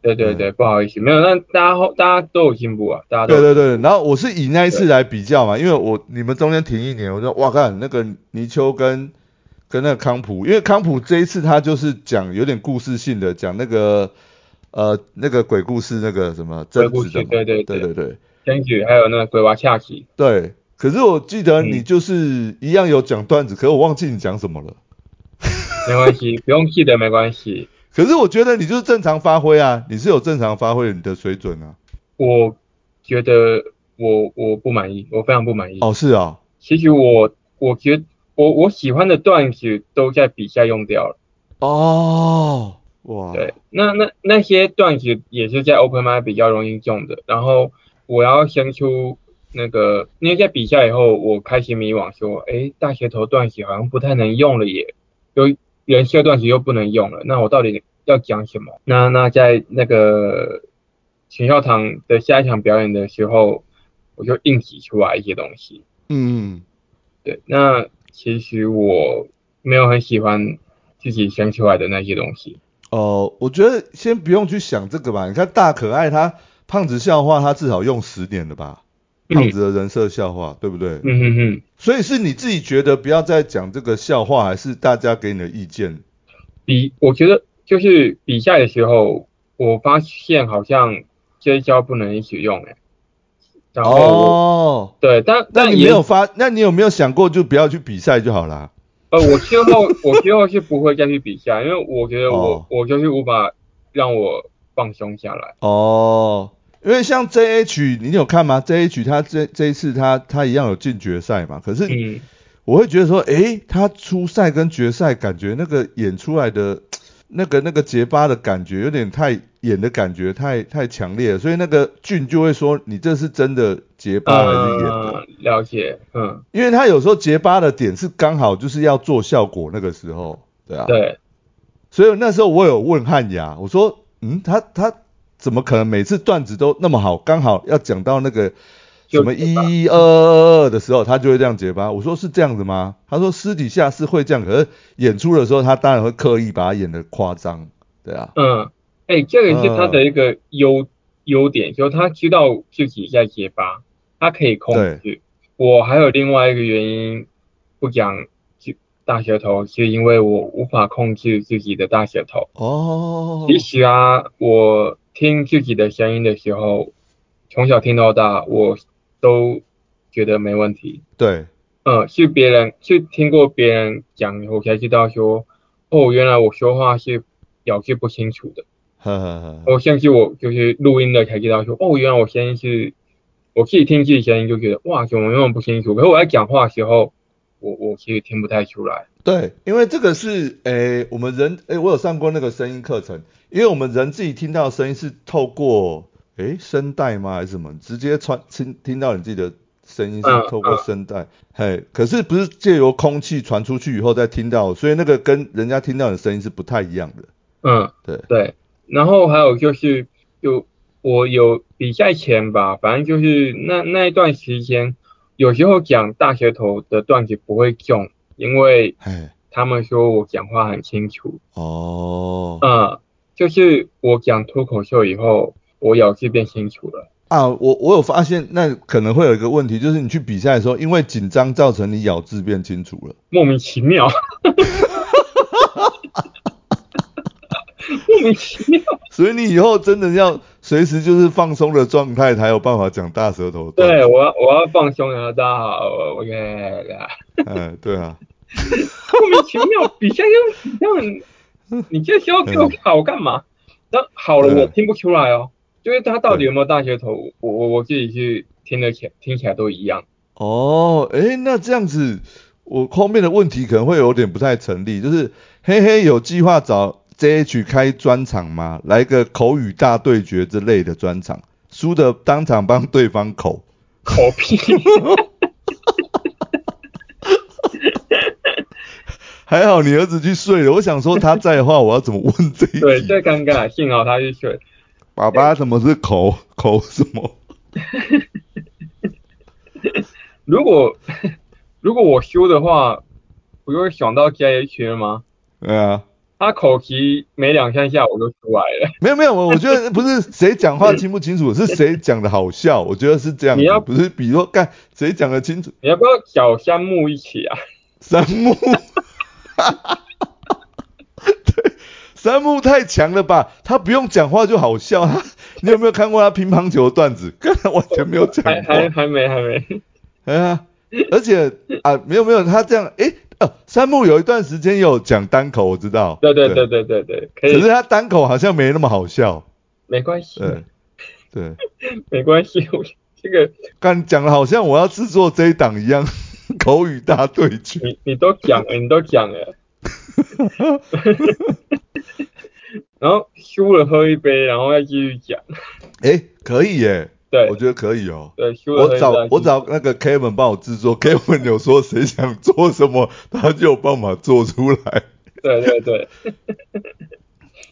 对对对，不好意思，没有，那大家后大家都有进步啊，大家
对
都有
对对，然后我是以那一次来比较嘛，因为我你们中间停一年，我说哇看那个泥鳅跟跟那个康普，因为康普这一次他就是讲有点故事性的，讲那个呃那个鬼故事那个什么贞
鬼故
子的
事
嘛，
对对
对对
对
对
选举，还有那个鬼娃恰奇，
对可是我记得你
嗯
就是一样有讲段子，可是我忘记你讲什么了。
没关系，不用记得没关系。
可是我觉得你就是正常发挥啊，你是有正常发挥你的水准啊。
我觉得我我不满意，我非常不满意。
哦，是啊，
其实我我觉得我我喜欢的段子都在比赛用掉了，
哦，哇，
对，那那那些段子也是在 Open m i 比较容易中的，然后我要先出那个，因为在比赛以后，我开始迷惘，说，诶，大学头段子好像不太能用了耶，又人设段子又不能用了，那我到底要讲什么？那那在那个学校堂的下一场表演的时候，我就硬挤出来一些东西，
嗯，
对，那其实我没有很喜欢自己生出来的那些东西。
哦，我觉得先不用去想这个吧。你看大可爱他胖子笑话，他至少用十年了吧？胖子的人设笑话，对不对？
嗯哼哼，
所以是你自己觉得不要再讲这个笑话，还是大家给你的意见？
比我觉得就是比赛的时候，我发现好像这一招不能一起用哎、欸然后我、
哦，
对，但
那
但
你
也
没有发，那你有没有想过就不要去比赛就好啦？
呃，我之后我之后是不会再去比赛，因为我觉得我、
哦
我就是无法让我放松下来。
哦，因为像 JH，你有看吗？JH 他这这一次他他一样有进决赛嘛，可是
嗯，
我会觉得说，诶，他初赛跟决赛感觉那个演出来的那个那个结巴的感觉有点太演的感觉太太强烈了，所以那个俊就会说你这是真的结巴还是演的？
嗯呃，了解，嗯，
因为他有时候结巴的点是刚好就是要做效果那个时候，对啊，
对，
所以那时候我有问汉雅，我说，嗯，他他怎么可能每次段子都那么好？刚好要讲到那个什
就
么
结巴
一二二二的时候，他就会这样结巴。我说是这样子吗？他说私底下是会这样，可是演出的时候他当然会刻意把它演的夸张，对啊，
嗯，哎、这个是他的一个优优点，就是他知道自己在结巴，他可以控制。我还有另外一个原因不讲就大舌头，是因为我无法控制自己的大舌头。
哦，
其实啊，我听自己的声音的时候，从小听到大，我都觉得没问题。
对，
嗯，是别人是听过别人讲，我才知道说，哦，原来我说话是咬字不清楚的。
呵呵呵，
我甚至我哦就是录音了才知道说，哦，原来我声音是，我自己听自己声音就觉得哇，怎么那么不清楚？可是我在讲话的时候，我我其实听不太出来。
对，因为这个是诶、我们人诶、我有上过那个声音课程，因为我们人自己听到的声音是透过诶、声带吗还是什么，直接传听听到你自己的声音是
嗯
透过声带，嘿，可是不是借由空气传出去以后再听到，所以那个跟人家听到你的声音是不太一样的。
嗯，
对
对。然后还有就是，就我有比赛前吧，反正就是那那一段时间，有时候讲大舌头的段子不会中，因为
嘿，
他们说我讲话很清楚。
哦，
嗯，就是我讲脱口秀以后，我咬字变清楚了。
啊，我我有发现，那可能会有一个问题，就是你去比赛的时候，因为紧张造成你咬字变清楚了。
莫名其 [LAUGHS] 妙，莫名其妙。
所以你以后真的要随时就是放松的状态，才有办法讲大舌头。
对，我要我要放松了，大家好，我我耶啦
嗯，对啊，
莫名其妙，比赛就让你这时候给我好干嘛？那好了，
对
我听不出来哦，就是他到底有没有大舌头，我我我自己去听得起，听起来都一 [LAUGHS] 样。
哦，诶，那这样子，我后面的问题可能会有点不太成立，就是嘿嘿，有计划找 JH 开专场吗？来个口语大对决之类的专场，输的当场帮对方口。
口屁，
还好你儿子去睡了，我想说他在的话，我要怎么问这一
对，
题？
最尴尬，幸好他是水，
爸爸怎么是口口什么？
如果 [LAUGHS] 如果我修的话，不会想到 JH 吗？
对啊，
他口蹄没两三下我就出来了。 [LAUGHS]
没有没有，我我觉得不是谁讲话清不清楚，是谁讲的好笑，我觉得是这样
你要
子，不是比如说干谁讲的清楚，
你要不要小山木一
[LAUGHS]
起啊？
三木，对，三木太强了吧，他不用讲话就好笑，他你有没有看过他乒乓球的段子？刚才完全没有讲
还
过
还。还没还没。 [LAUGHS]
哎呀，而且啊，没有没有，他这样，诶，呃，三木有一段时间有讲单口，我知道。
对对对对对对，可
可
以
是，他单口好像没那么好笑。
没关系，
对，对，
没关系， [LAUGHS] 我这个
刚讲的好像我要制作这一档一样， [LAUGHS] 口语大对决。
你你都讲了，你都讲了。 [LAUGHS] 然后输了喝一杯，然后再继续讲。
诶，可以耶，
对
我觉得可以哦。
对，输了喝
我
一杯
找
再继续
我找那个 Kevin 帮我制作，Kevin 有说谁想做什么，他就有办法做出来。
对对对，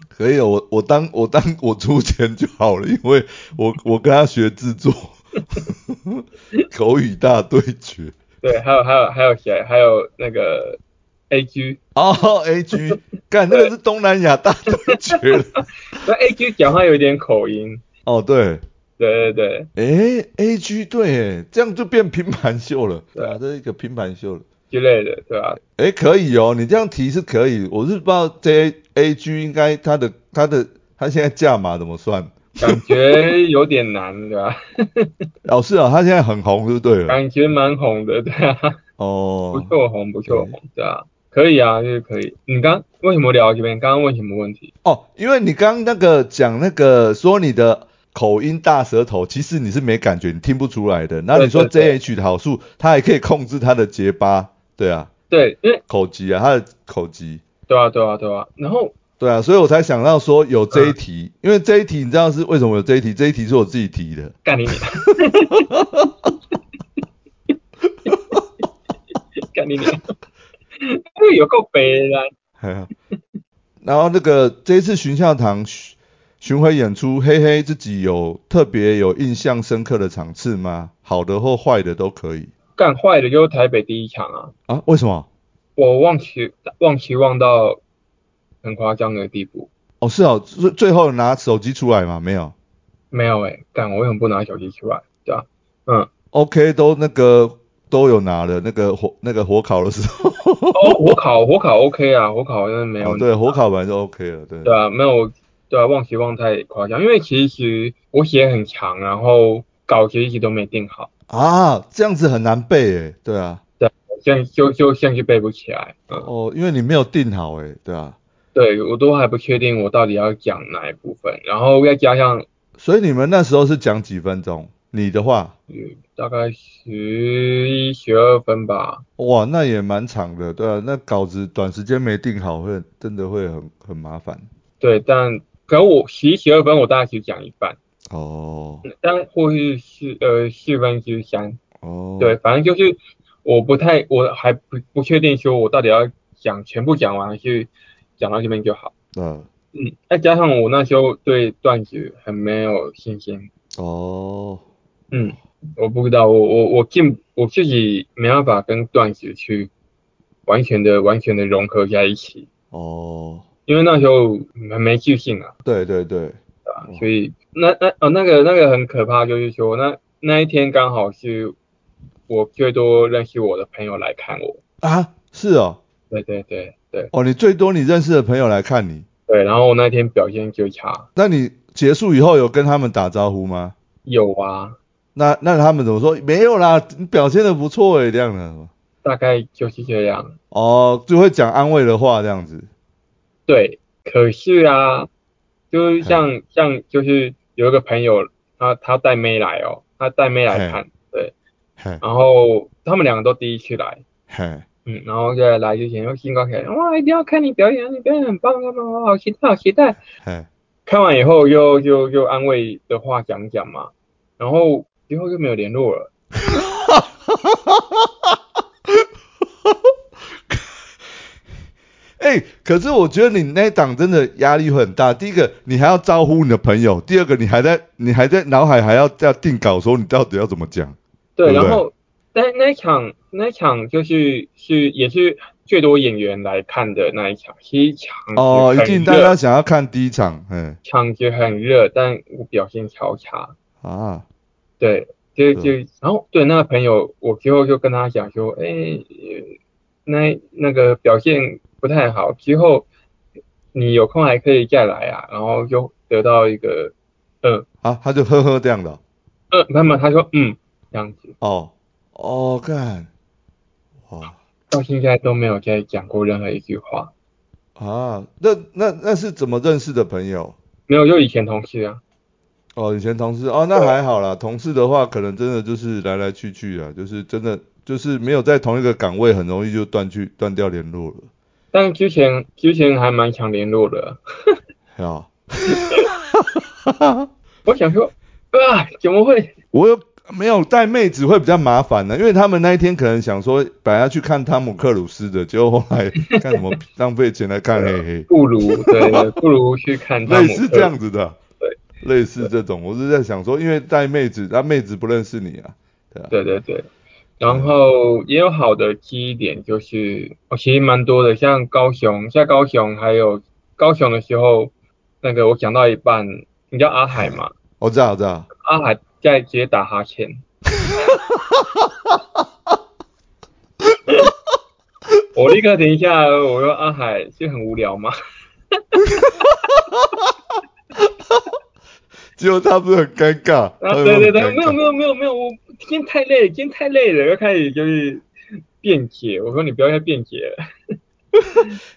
可以了，我我当我当我出钱就好了，因为我我跟他学制作， [LAUGHS] 口语大对决。
对，还有还有还有谁？还有那个 A G，
哦，A G，干那个是东南亚大对决
[LAUGHS]
了。
那 A G 讲话有点口音，
哦，对，
对对对，
诶 a G 对耶，这样就变拼盘秀了。对啊，这是一个拼盘秀了。
之类的，对吧、
诶，可以哦，你这样提是可以，我是不知道 J A G 应该它的它的它现在价码怎么算？
感觉有点难，对吧、
哦，是啊，它现在很红，是对了。
感觉蛮红的，对啊，不
哦，
错红，不错红，对啊，可以啊，就是可以。你刚为什么聊到这边？刚刚问什么问题？
哦，因为你刚刚那个讲那个说你的口音大舌头，其实你是没感觉，你听不出来的。那你说
对
J
对
H 的好处，它还可以控制它的结巴，对啊，
对，因为
口疾啊，它的口疾，
对啊，对啊，对啊。然后
对啊，所以我才想到说有这一题，因为这一题你知道是为什么有这一题？这一题是我自己提的，[LAUGHS]
干你娘！干你娘！这个有够悲的啊，
哎呀 [LAUGHS] 然后那个这一次巡校堂巡巡回演出，嘿嘿，自己有特别有印象深刻的场次吗？好的或坏的都可以
干坏的就是台北第一场啊。
啊？为什么？
我忘期忘期忘到很夸张的地步。
哦，是哦，最最后拿手机出来吗？没有
没有哎、干我为什么不拿手机出来？对啊，嗯，
，OK，都那个都有拿了，那个火那个火烤的时候，
哦，火烤火烤 OK 啊，火烤真的没有、
哦、 [LAUGHS] 对，火烤本来就 OK 了，对，
对啊，没有对啊，忘期忘太夸张，因为其实我写很长，然后稿其实一直都没定好，
啊，这样子很难背诶，对啊，
像就就像是背不起来，嗯，
哦，因为你没有定好诶，对啊，
对我都还不确定我到底要讲哪一部分，然后再加上
所以你们那时候是讲几分钟？你的话，
呃大概十一十二分吧，
哇，那也蛮长的，对啊，那稿子短时间没定好会真的会很很麻烦。
对，但可能我十一十二分我大概只讲一半。
哦
但或是四呃四分之三，
哦，
对，，反正就是我不太，我还不不确定说我到底要讲全部讲完，还是讲到这边就好。
嗯，
嗯，再加上我那时候对段子很没有信心，
哦，
嗯，我不知道，我我我进我自己没办法跟段子去完全的完全的融合在一起，
哦，
因为那时候很没自信啊，
对对对，哦
所以那那哦那个那个很可怕，就是说那那一天刚好是我最多认识我的朋友来看我，
啊，是哦，
对对对对
哦，你最多你认识的朋友来看你，
对，然后我那天表现最差，
那你结束以后有跟他们打招呼吗？
有啊，
那那他们怎么说？没有啦，你表现的不错欸诶，这样的。
大概就是这样，
哦，就会讲安慰的话这样子。
对，可是啊，就是像像就是有一个朋友，他他带妹来哦，他带妹来看，对，
嘿，
然后他们两个都第一次来，
嘿，
嗯，然后在来之前又兴高采烈，哇，一定要看你表演，你表演很棒，干嘛干嘛，好期待，好期待。
嘿，
看完以后又又又安慰的话讲讲嘛，然后之后就没有联络了。
哎、可是我觉得你那一档真的压力会很大。第一个，你还要招呼你的朋友；第二个，你还在你还在脑海还要要定稿，说你到底要怎么讲。对
对，
不对
然后那那一场那一场就是是也是最多演员来看的那一场，其实场子
哦，一
很
定
热
大家想要看第一场，嗯
场子很热，但我表现超差。
啊，
对，就
嗯
就然后对那个朋友，我最后就跟他讲说，哎、呃那那个表现不太好，之后你有空还可以再来啊。然后就得到一个，嗯
啊，他就呵呵这样的哦。
嗯，他们他说嗯这样子，
哦，哦，干，哦哇
到现在都没有再讲过任何一句话，
啊，那那那是怎么认识的朋友？
没有，就以前同事啊，
哦，以前同事哦，那还好啦。同事的话，可能真的就是来来去去啊，就是真的就是没有在同一个岗位，很容易就断去断掉联络了，
但之前之前还蛮常联络的。
是吧？
我想说啊，怎么会？
[LAUGHS] 我有没有带妹子会比较麻烦呢、因为他们那一天可能想说本来要去看汤姆克鲁斯的，结果后
[LAUGHS]
来看什么浪费钱来看黑黑，
不如
[LAUGHS]
对，对不如去看啊汤
类
姆
似
克
这样子的，
对，
类似这种，我是在想说，因为带妹子，那、妹子不认识你啊，对啊，
对对对，然后也有好的记忆点，就是哦，其实蛮多的，像高雄，在高雄还有高雄的时候，那个我讲到一半，你知道阿海吗？
我哦知道，我知道，
阿海在直接打
[LAUGHS]
哈欠，我立刻停下来，我说阿海是很无聊吗？
结果他不是很尴尬，
啊，
他有
对对
很
对，
尴
没有
尬
没有没有没有，我今天太累了，今天太累了，又开始就是辩解，我说你不要再辩解了。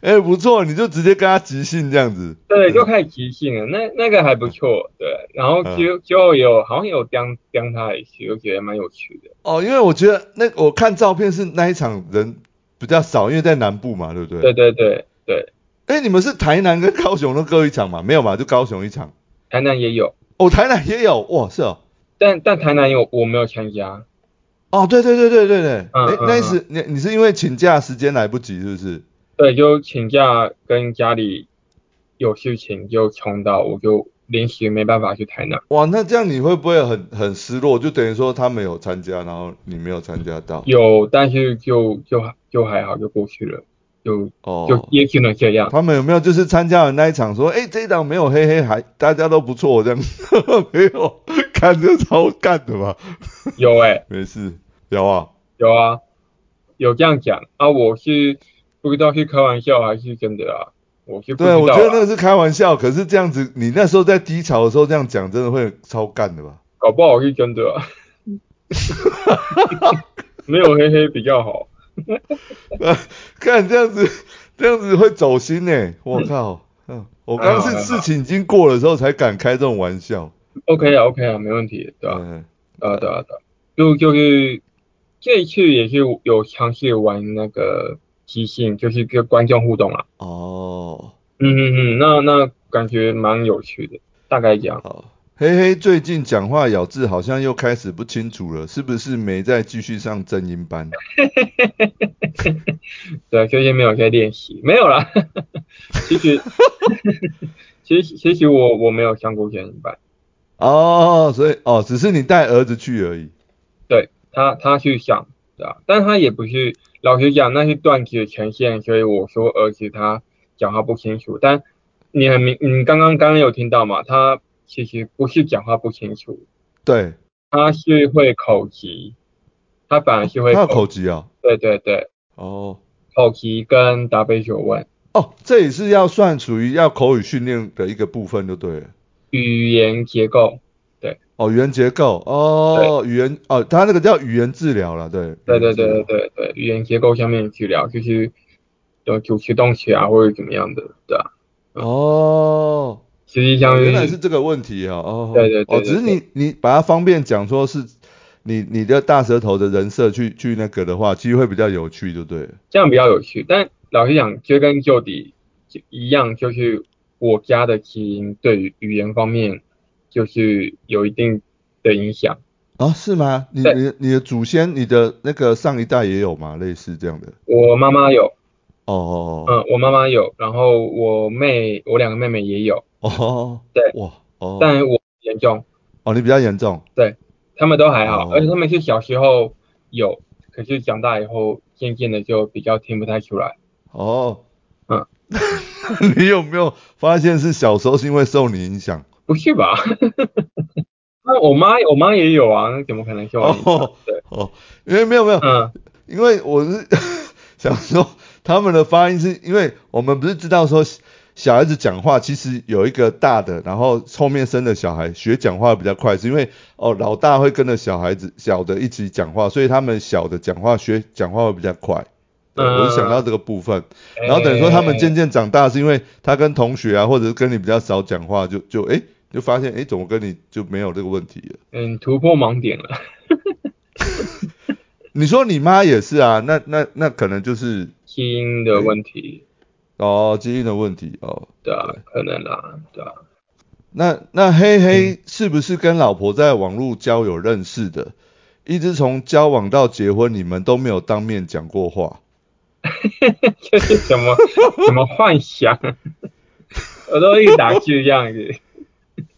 哎、不错，你就直接跟他即兴这样子，
对，就开始即兴了，那那个还不错，对。然后就就有好像有刁刁他一次，我觉得蛮有趣的。
哦，因为我觉得那我看照片是那一场人比较少，因为在南部嘛，对不对？
对。对对对，
哎、你们是台南跟高雄都各一场嘛？没有嘛，就高雄一场。
台南也有，
哦，台南也有，哇，是哦。
但但台南有我没有参加，
哦，对对对对对对，哎、
嗯嗯
那一次你你是因为请假时间来不及是不是？
对，就请假跟家里有事情就冲到，我就临时没办法去台南。
哇，那这样你会不会很很失落？就等于说他没有参加，然后你没有参加到。
有，但是就就就还好，就过去了，就
哦，
就也只能这样。
他们有没有就是参加了那一场说，哎、这一档没有黑黑还大家都不错这样， [LAUGHS] 没有，看着超干的吧？
有哎、
没事，有啊，
有啊，有这样讲啊，我是不知道是开玩笑还是真的啊，我是不知
对，
道、啊。
我觉得那个是开玩笑，可是这样子，你那时候在低潮的时候这样讲，真的会超干的吧？
搞不好是真
[LAUGHS]
的、啊，没有黑黑比较好。
啊， [LAUGHS] 看这样子，这样子会走心呢、我靠，嗯，我刚刚
还好
是事情已经过了之后才敢开这种玩笑，
OK 啊，OK 啊，没问题，对吧、啊？
嗯，
对啊，对啊，对啊就就是这一次也是有尝试玩那个即兴，就是跟观众互动啊。
哦，
嗯嗯嗯，那那感觉蛮有趣的，大概这样。
好，嘿嘿，最近讲话咬字好像又开始不清楚了，是不是没再继续上正音班？
对，最近没有在练习，没有啦。 [LAUGHS] 其实， [LAUGHS] 其实其实我我没有上过全英班，
哦，所以哦，只是你带儿子去而已。
对他他去上，对啊，但他也不是，老实讲，那是段子的呈现，所以我说儿子他讲话不清楚，但你很明，你刚刚刚刚有听到嘛？他其实不是讲话不清楚，
对，
他是会口疾，他反而是
他
会
有口疾啊、
对对对，
哦。
口疾跟答非所问。
哦哦，这也是要算属于要口语训练的一个部分就对了。
语言结构，
哦，语言结构哦，语言哦，他那个叫语言治疗了，对。
对
语言
对对对
治疗。
对对，语言结构下面的治疗就是有主词动词啊，或者怎么样的，对啊，
哦，
实际
哦
上
原来是这个问题啊，哦。
对对对
哦，只是
对对
你你把它方便讲说是你你的大舌头的人设去去那个的话，其实会比较有趣，就对了。
这样比较有趣。但老实讲，追根究底就一样，就是我家的基因对于语言方面就是有一定的影响。
啊，是吗？你
对
你你的祖先，你的那个上一代也有吗？类似这样的？
我妈妈有，
哦哦
嗯，我妈妈有，然后我妹，我两个妹妹也有，
哦，
嗯对
哇哦
但我严重，
哦，你比较严重
他们都还好，
哦
而且他们是小时候有，可是长大以后渐渐的就比较听不太出来。
哦，
嗯，
[LAUGHS] 你有没有发现是小时候是因为受你影响？
不是吧？ [LAUGHS] 那我妈，我妈也有啊，那怎么可能是我影响？
哦
对，
哦，因为没有没有，
嗯，
因为我是 [LAUGHS] 想说，他们的发音是因为我们不是知道说小孩子讲话其实有一个大的，然后后面生的小孩学讲话比较快，是因为哦老大会跟着小孩子小的一起讲话，所以他们小的讲话学讲话会比较快。对
嗯哎
我是想到这个部分， [LAUGHS] 然后等于说他们渐渐长大，是因为他跟同学啊，或者是跟你比较少讲话，就就诶就发现诶怎么跟你就没有这个问题了。
嗯突破盲点了。
你说你妈也是啊，那那那可能就是
基因的问题，
哦基因的问题哦。
对啊，可能啦，对啊， [LAUGHS]
那那黑黑是不是跟老婆在网络交友认识的？一直从交往到结婚，你们都没有当面讲过话。
这是什么 [LAUGHS] 什么幻想？ [LAUGHS] 我都一打字这样子，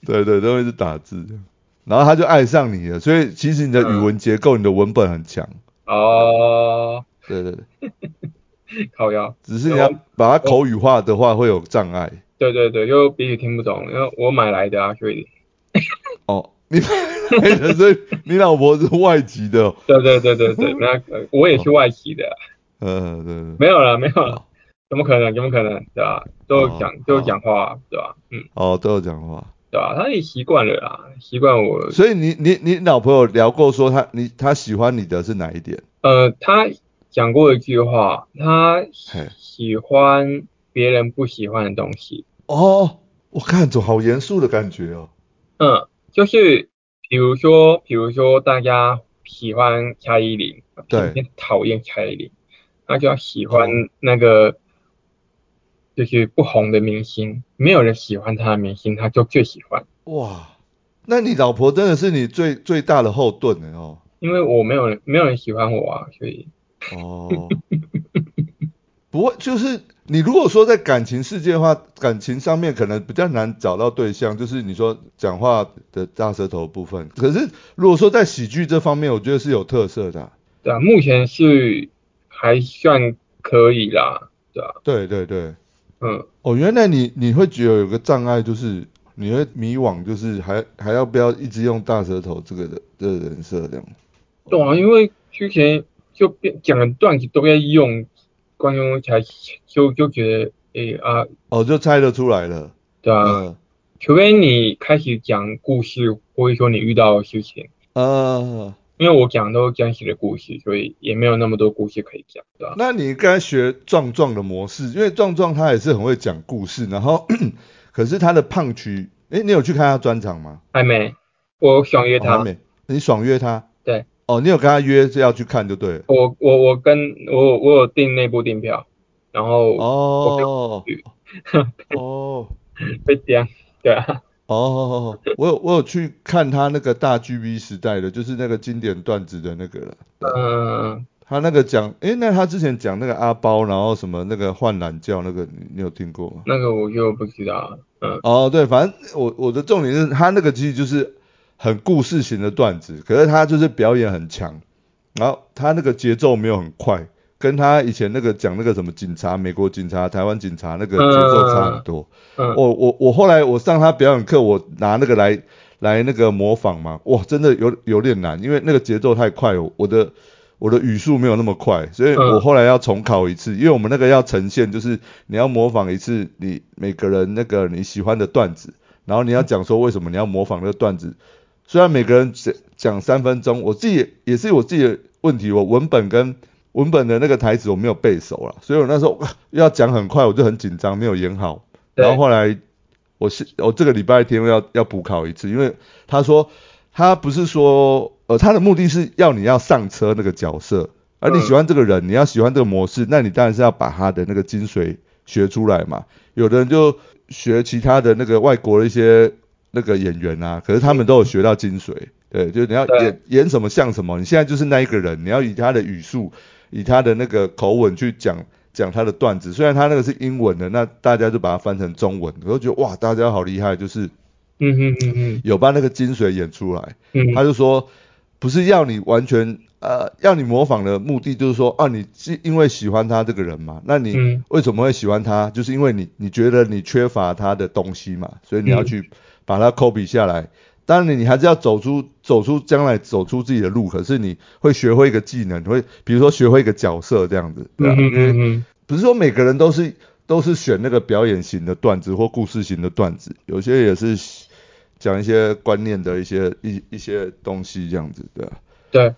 对对，都会是打字。嗯然后他就爱上你了，所以其实你的语文结构、你的文本很强。
哦，
对对对，
靠腰。
只是你要把它口语化的话会有障碍。
对对对，就彼此听不懂，因为我买来的啊，所以
哦，你 [LAUGHS] 黑的，所以你老婆是外籍的、哦。
对对对对
[LAUGHS]
对，那呃我也是外籍的，
呃，对对对。
没有了没有了，怎么可能怎么可能对吧、都
哦
讲都
哦
讲话对吧、嗯
哦，都有讲话。
对吧、他也习惯了啦，习惯我
所以你你你老婆有聊过说她你她喜欢你的是哪一点？
呃他讲过一句话，他
嘿
喜欢别人不喜欢的东西，
哦，我看着好严肃的感觉哦。
嗯，就是比如说比如说大家喜欢蔡依林，
对
偏偏讨厌蔡依林，那就要喜欢那个就是不红的明星，没有人喜欢他的明星，他就最喜欢。
哇，那你老婆真的是你最最大的后盾了哦。
因为我没有人没有人喜欢我啊，所以
哦，不会，就是你如果说在感情世界的话，感情上面可能比较难找到对象，就是你说讲话的大舌头的部分。可是如果说在喜剧这方面，我觉得是有特色的啊、
对啊，目前是还算可以啦，对啊，
对对对。
嗯，
哦，原来你你会觉得有个障碍，就是你会迷惘，就是还还要不要一直用大舌头这个的这个人设这样。
对啊，因为之前就变讲的段子都在用，观众才就就觉得诶啊，
哦，就猜得出来了。
对啊。
嗯
除非你开始讲故事，或者说你遇到的事情，
呃，
因为我讲都是真实的故事，所以也没有那么多故事可以讲，对啊吧？
那你应该学壮壮的模式，因为壮壮他也是很会讲故事，然后 [COUGHS] 可是他的胖曲，诶，你有去看他专场吗？
还没，我想约
哦还
他，
没，你爽约他？
对。
哦，你有跟他约是要去看就对了。
我我我跟我我有订内部订票，然后
哦
去
哦
被点，对啊，
哦，我有我有去看他那个大 GB 时代的，就是那个经典段子的那个了。
嗯，
他那个讲，诶，那他之前讲那个阿包，然后什么那个换懒觉那个，你你有听过吗？
那个我就不知道，嗯，
哦，对，反正我我的重点是他那个其实就是很故事型的段子，可是他就是表演很强，然后他那个节奏没有很快，跟他以前那个讲那个什么警察、美国警察、台湾警察那个节奏差很多。
嗯嗯
我我我后来我上他表演课，我拿那个来来那个模仿嘛，哇，真的有有点难，因为那个节奏太快，我我的。我的语速没有那么快，所以
嗯
我后来要重考一次，因为我们那个要呈现，就是你要模仿一次你每个人那个你喜欢的段子，然后你要讲说为什么你要模仿那个段子。虽然每个人讲讲三分钟，我自己也也是我自己的问题，我文本跟文本的那个台词我没有背熟了，所以我那时候哇要讲很快，我就很紧张，没有演好。
对
然后后来我是我这个礼拜天要要补考一次，因为他说他不是说呃他的目的是要你要上车那个角色，而你
嗯
喜欢这个人，你要喜欢这个模式，那你当然是要把他的那个精髓学出来嘛。有的人就学其他的那个外国的一些那个演员啊，可是他们都有学到精髓，对，就你要
对
演演什么像什么，你现在就是那一个人，你要以他的语速，以他的那个口吻去讲讲他的段子，虽然他那个是英文的，那大家就把它翻成中文，我就觉得哇，大家好厉害，就是
嗯哼嗯哼
有把那个精髓演出来。
嗯
他
哼，
就说，不是要你完全呃，要你模仿的目的就是说，啊，你是因为喜欢他这个人嘛？那你
嗯
为什么会喜欢他？就是因为你你觉得你缺乏他的东西嘛，所以你要
嗯
去把它 copy 下来。当然，你还是要走出走出将来走出自己的路，可是你会学会一个技能，你会比如说学会一个角色这样子，对啊
嗯哼
因为
嗯哼，
不是说每个人都是都是选那个表演型的段子或故事型的段子，有些也是讲一些观念的一些一一些东西这样子，对啊，
对，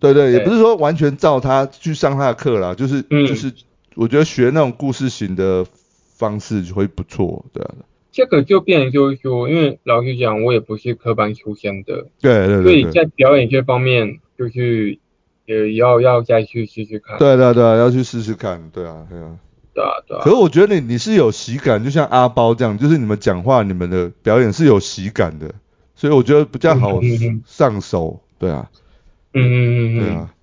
对对，也
对
不是说完全照他去上他的课啦，就是、
嗯
就是我觉得学那种故事型的方式就会不错，对啊，
这个就变成就是说，因为老实讲，我也不是科班出身的，
对对
所
对
以
对。
在表演这方面，就是也要要再去试试看。
对对对啊，要去试试看，对啊，对啊。
对啊，对啊
可是。我觉得你你是有喜感，就像阿包这样，就是你们讲话、你们的表演是有喜感的，所以我觉得比较好
嗯嗯嗯
上手，对啊，
嗯嗯
对
嗯
啊
嗯，，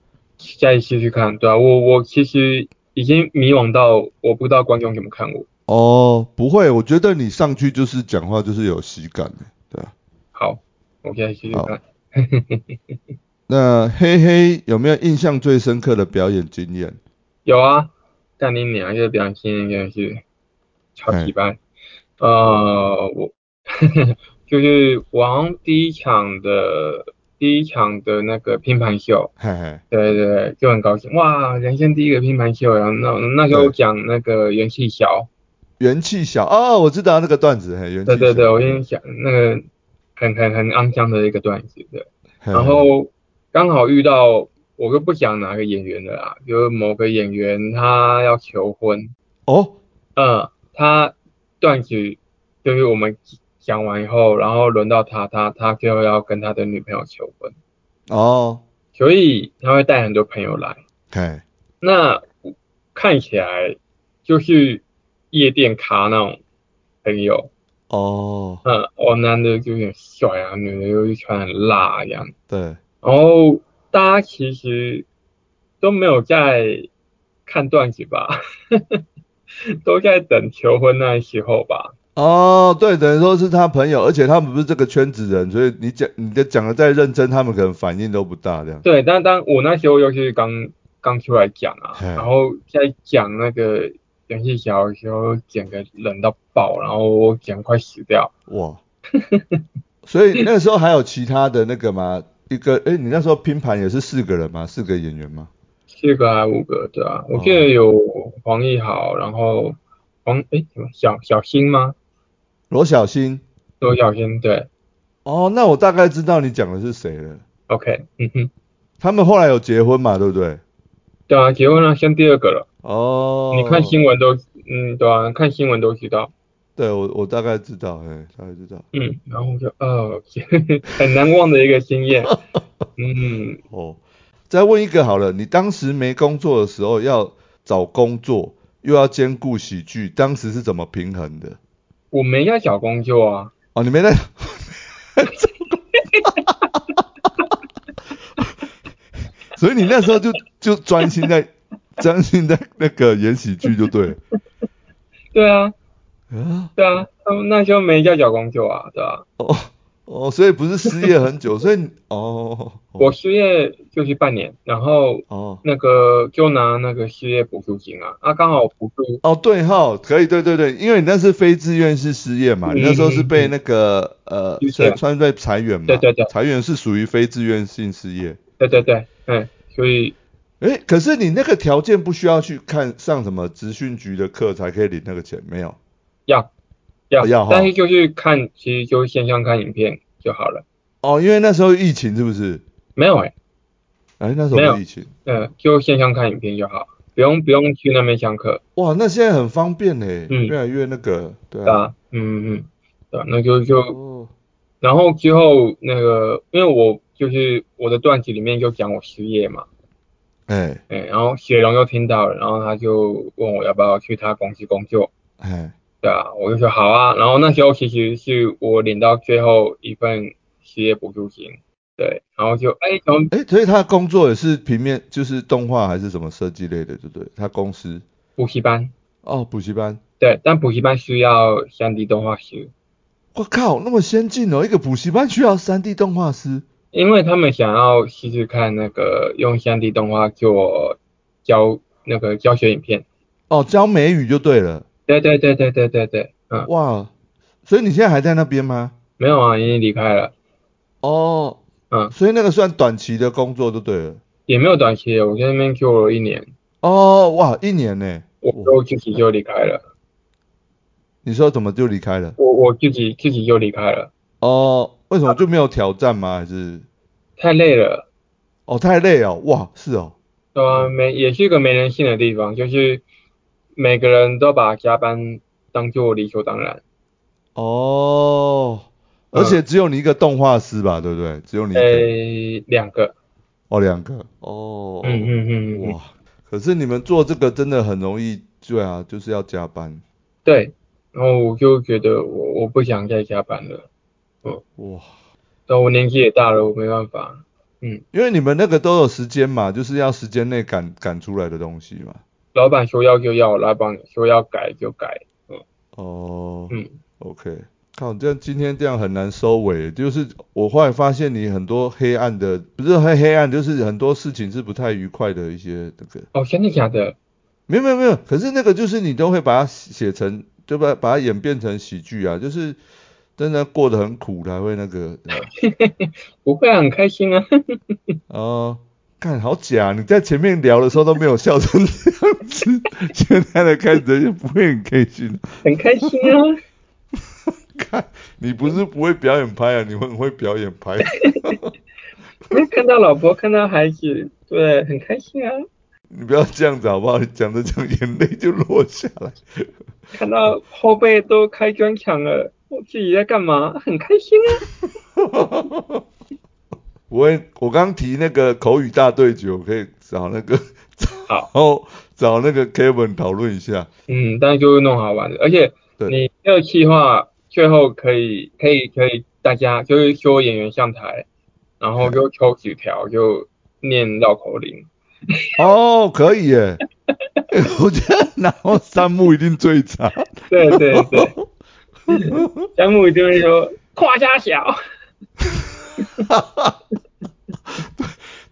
再试试看。对啊，我我其实已经迷惘到我不知道观众怎么看我。
哦，不会，我觉得你上去就是讲话就是有喜感的，对啊。
好，我再试试看。
那黑黑有没有印象最深刻的表演经验？
有啊，但你娘这个表现真的是超级
嗯
棒。呃，我 [LAUGHS] 就是我好像第一场的第一场的那个拼盘秀，
嘿嘿，
对对对，就很高兴哇！人生第一个拼盘秀，然后那那时候
对
讲那个元气小，
元气小哦，我知道那个段子，嘿，元气
对
小，
对对，我先讲那个很很很肮脏的一个段子，对。
嘿
然后刚好遇到，我就不讲哪个演员了啦，就是某个演员他要求婚，
哦，
嗯，他段子就是我们讲完以后，然后轮到他，他他最后要跟他的女朋友求婚，
哦，
所以他会带很多朋友来。
嘿，
那看起来就是夜店咖那种朋友，
哦，
嗯，哦，男的就有点帅啊，女的又穿很辣一样，
对，
然后大家其实都没有在看段子吧， [LAUGHS] 都在等求婚那时候吧，
哦，对，等于说是他朋友，而且他们不是这个圈子人，所以你讲你的讲的再认真，他们可能反应都不大这样。
对，但当我那时候又是刚刚出来讲啊，
嗯
然后在讲那个元气小的时候，整个冷到爆，然后我讲快死掉。 [LAUGHS]
哇，所以那时候还有其他的那个吗？一个，哎、你那时候拼盘也是四个人吗？四个演员吗？
四个还是五个？对啊，我记
哦
得有黄奕豪，然后黄诶什么小小新吗？
罗小新。
罗小新对
哦，那我大概知道你讲的是谁了。
，OK，嗯哼，
他们后来有结婚嘛，对不对？
对啊，结婚了，生第二个了。
哦，
你看新闻都嗯对啊，看新闻都知道。
对我我大概知道，哎、大概知道。
嗯，然后我就哦， [LAUGHS] 很难忘的一个经验。嗯，
哦，再问一个好了，你当时没工作的时候要找工作，又要兼顾喜剧，当时是怎么平衡的？
我没在找工作啊。
哦，你没在。所以你那时候就就专心在专心在那个演喜剧就对了
对啊，
啊
对啊，他们那时候没在找工作啊，对啊，
哦哦，所以不是失业很久，所以你哦
我失业就是半年，然后
哦
那个就拿那个失业补助金啊，啊，刚好补助，
哦对哈，可以对对对，因为你那是非自愿是失业嘛，
嗯
你那时候是被那个呃
是
川
的
川被裁员嘛，
对对对
裁员是属于非自愿性失业。
对对对，嗯，所以
哎，可是你那个条件不需要去看上什么职训局的课才可以领那个钱，没有？
要要
哦要哈
但是就是看，其实就是线上看影片就好了，
哦，因为那时候疫情是不是？
没有哎、
哎，那时
没
候
有
疫情，
嗯，就线上看影片就好，不用不用去那边上课，
哇，那现在很方便嘞，
嗯
越来越那个，对
对
啊，
啊，嗯嗯，对啊，那就就，
哦，
然后之后那个，因为我就是我的段子里面就讲我失业嘛。
哎
哎，然后雪龙又听到了，然后他就问我要不要去他公司工作，
哎，
对啊，我就说好啊。然后那时候其实是我领到最后一份失业补助金，对，然后就哎从
哎，所以他工作也是平面，就是动画还是什么设计类的，对不对？他公司
补习班，
哦，补习班，
对，但补习班需要三 D 动画师，
我靠，那么先进哦，一个补习班需要三 D 动画师，
因为他们想要试试看那个用三 D 动画做教那个教学影片。
哦，教美语就对了，
对对对对对对对，嗯，
哇，所以你现在还在那边吗？
没有啊，已经离开了，
哦，
嗯，
所以那个算短期的工作就对了，
也没有短期，我在那边做了一年，
哦，哇，一年呢，
我就自己就离开了，
你说怎么就离开了？
我我自己自己就离开了，
哦，为什么就没有挑战吗？还是
太累了，
哦太累哦，哇，是哦，
对啊，没也是一个没人性的地方，就是每个人都把加班当做理所当然，
哦，而且只有你一个动画师吧，对不对？只有你一个，
诶，哎两个，
哦，两个，哦，
嗯嗯嗯嗯嗯，
哇，可是你们做这个真的很容易，对啊，就是要加班，
对，然后我就觉得我我不想再加班了，
哇，
但我年纪也大了，我没办法，嗯，
因为你们那个都有时间嘛，就是要时间内赶赶出来的东西嘛。
老板说要就要，老板说要改就改，
哦，
嗯。
OK，靠，这样今天这样很难收尾。就是我后来发现你很多黑暗的，不是黑黑暗，就是很多事情是不太愉快的一些那个。
哦，真的假的？
没有没有没有，可是那个就是你都会把它写成，就把把它演变成喜剧啊，就是真的过得很苦才会那个。对啊吧
不会啊，很开心啊。 [LAUGHS]
哦，看好假，你在前面聊的时候都没有笑成这样子，现在的开始就不会很开心。
很开心啊！ [LAUGHS]
看，你不是不会表演拍啊，你很会表演拍。 [LAUGHS]
看到老婆，看到孩子，对，很开心啊。
你不要这样子好不好？讲着讲着眼泪就落下来。
看到后背都开砖墙了，我自己在干嘛？很开心啊！
我也我刚提那个口语大对决，我可以找那个
好
找找那个 Kevin 讨论一下。
嗯，但是就是弄好玩的，而且
对
你这个计划最后可以可以可以，大家就是说演员上台，然后就抽纸条，就念绕口令。
哦，可以耶！ [LAUGHS] 我觉得然后三木一定最惨。
对对对， [LAUGHS] 项目一定会说胯下小。
[LAUGHS]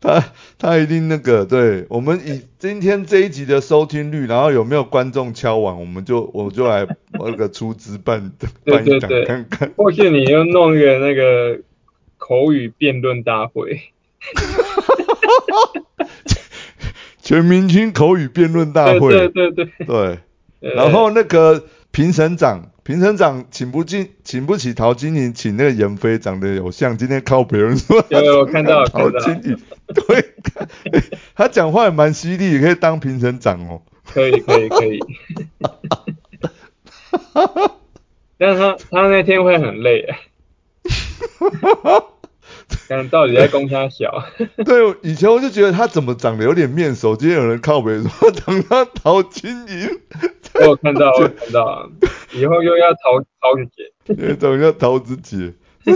他他一定那个，对我们以今天这一集的收听率，然后有没有观众敲碗，我们就我就来那个出资办
对
办一
对
档
对
看看。
或许你就弄一个那个口语辩论大会，
全明星口语辩论大会，
对对对对，
对
对
然后那个评审长，评审长请不进，请不起陶晶莹，请那个闫飞长得有像，今天靠别人说
有有我看到了
陶
看到
晶
了
莹，对， [LAUGHS] 他讲话也蛮犀利，也可以当评审长哦。
可以可以
[LAUGHS]
可以，但是他他那天会很
[LAUGHS]
累，看到底在攻他小，
[LAUGHS] 对，以前我就觉得他怎么长得有点面熟，今天有人靠别人说他长得陶晶莹，
我有看到我有看到，以后又要逃逃姐姐，
有一种叫桃子姐。 [LAUGHS]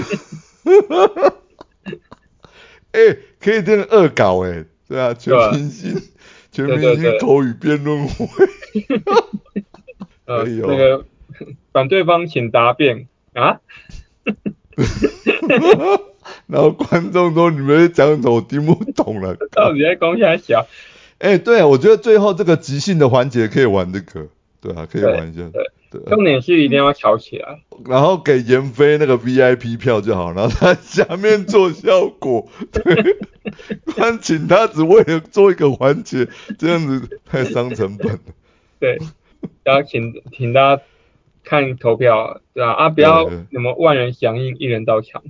哎、可以这样恶搞哎、对啊，全
对啊
明星，全
对
明
对
星
对
口语辩论会， [LAUGHS]
呃，
哎呦
那个 [LAUGHS] 反对方请答辩啊，
然后观众说你们在讲什么，我听不懂了。
到底在攻他小，
哎、对、啊，我觉得最后这个即兴的环节可以玩这个，对啊，可以
对
玩一下，
对
对啊
重点是一定要吵起来，
然后给闫飞那个 VIP 票就好，然后他下面做效果，对， [LAUGHS] 他请他只为了做一个环节，这样子太伤成本了。
对，然后请请大家看投票，对啊，啊不要
对
什么万人响应，一人到场。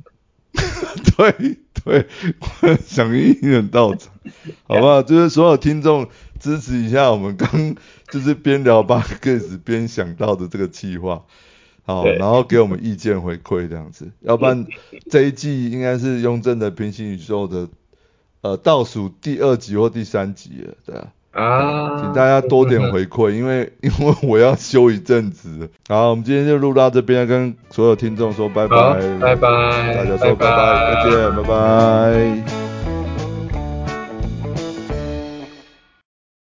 [LAUGHS] 对对， [LAUGHS] 我响应一人到场，好不好？就是所有听众支持一下我们刚 [LAUGHS] 就是边聊八 g a s 边想到的这个计划，好，
对
然后给我们意见回馈这样子，要不然这一季应该是雍正的平行宇宙的呃倒数第二集或第三集了，对啊。
啊，
请大家多点回馈，因为 [LAUGHS] 因为我要休一阵子了。好，我们今天就录到这边，跟所有听众说拜
好
拜，，
拜拜，
大家说拜
拜
拜，再见，拜拜。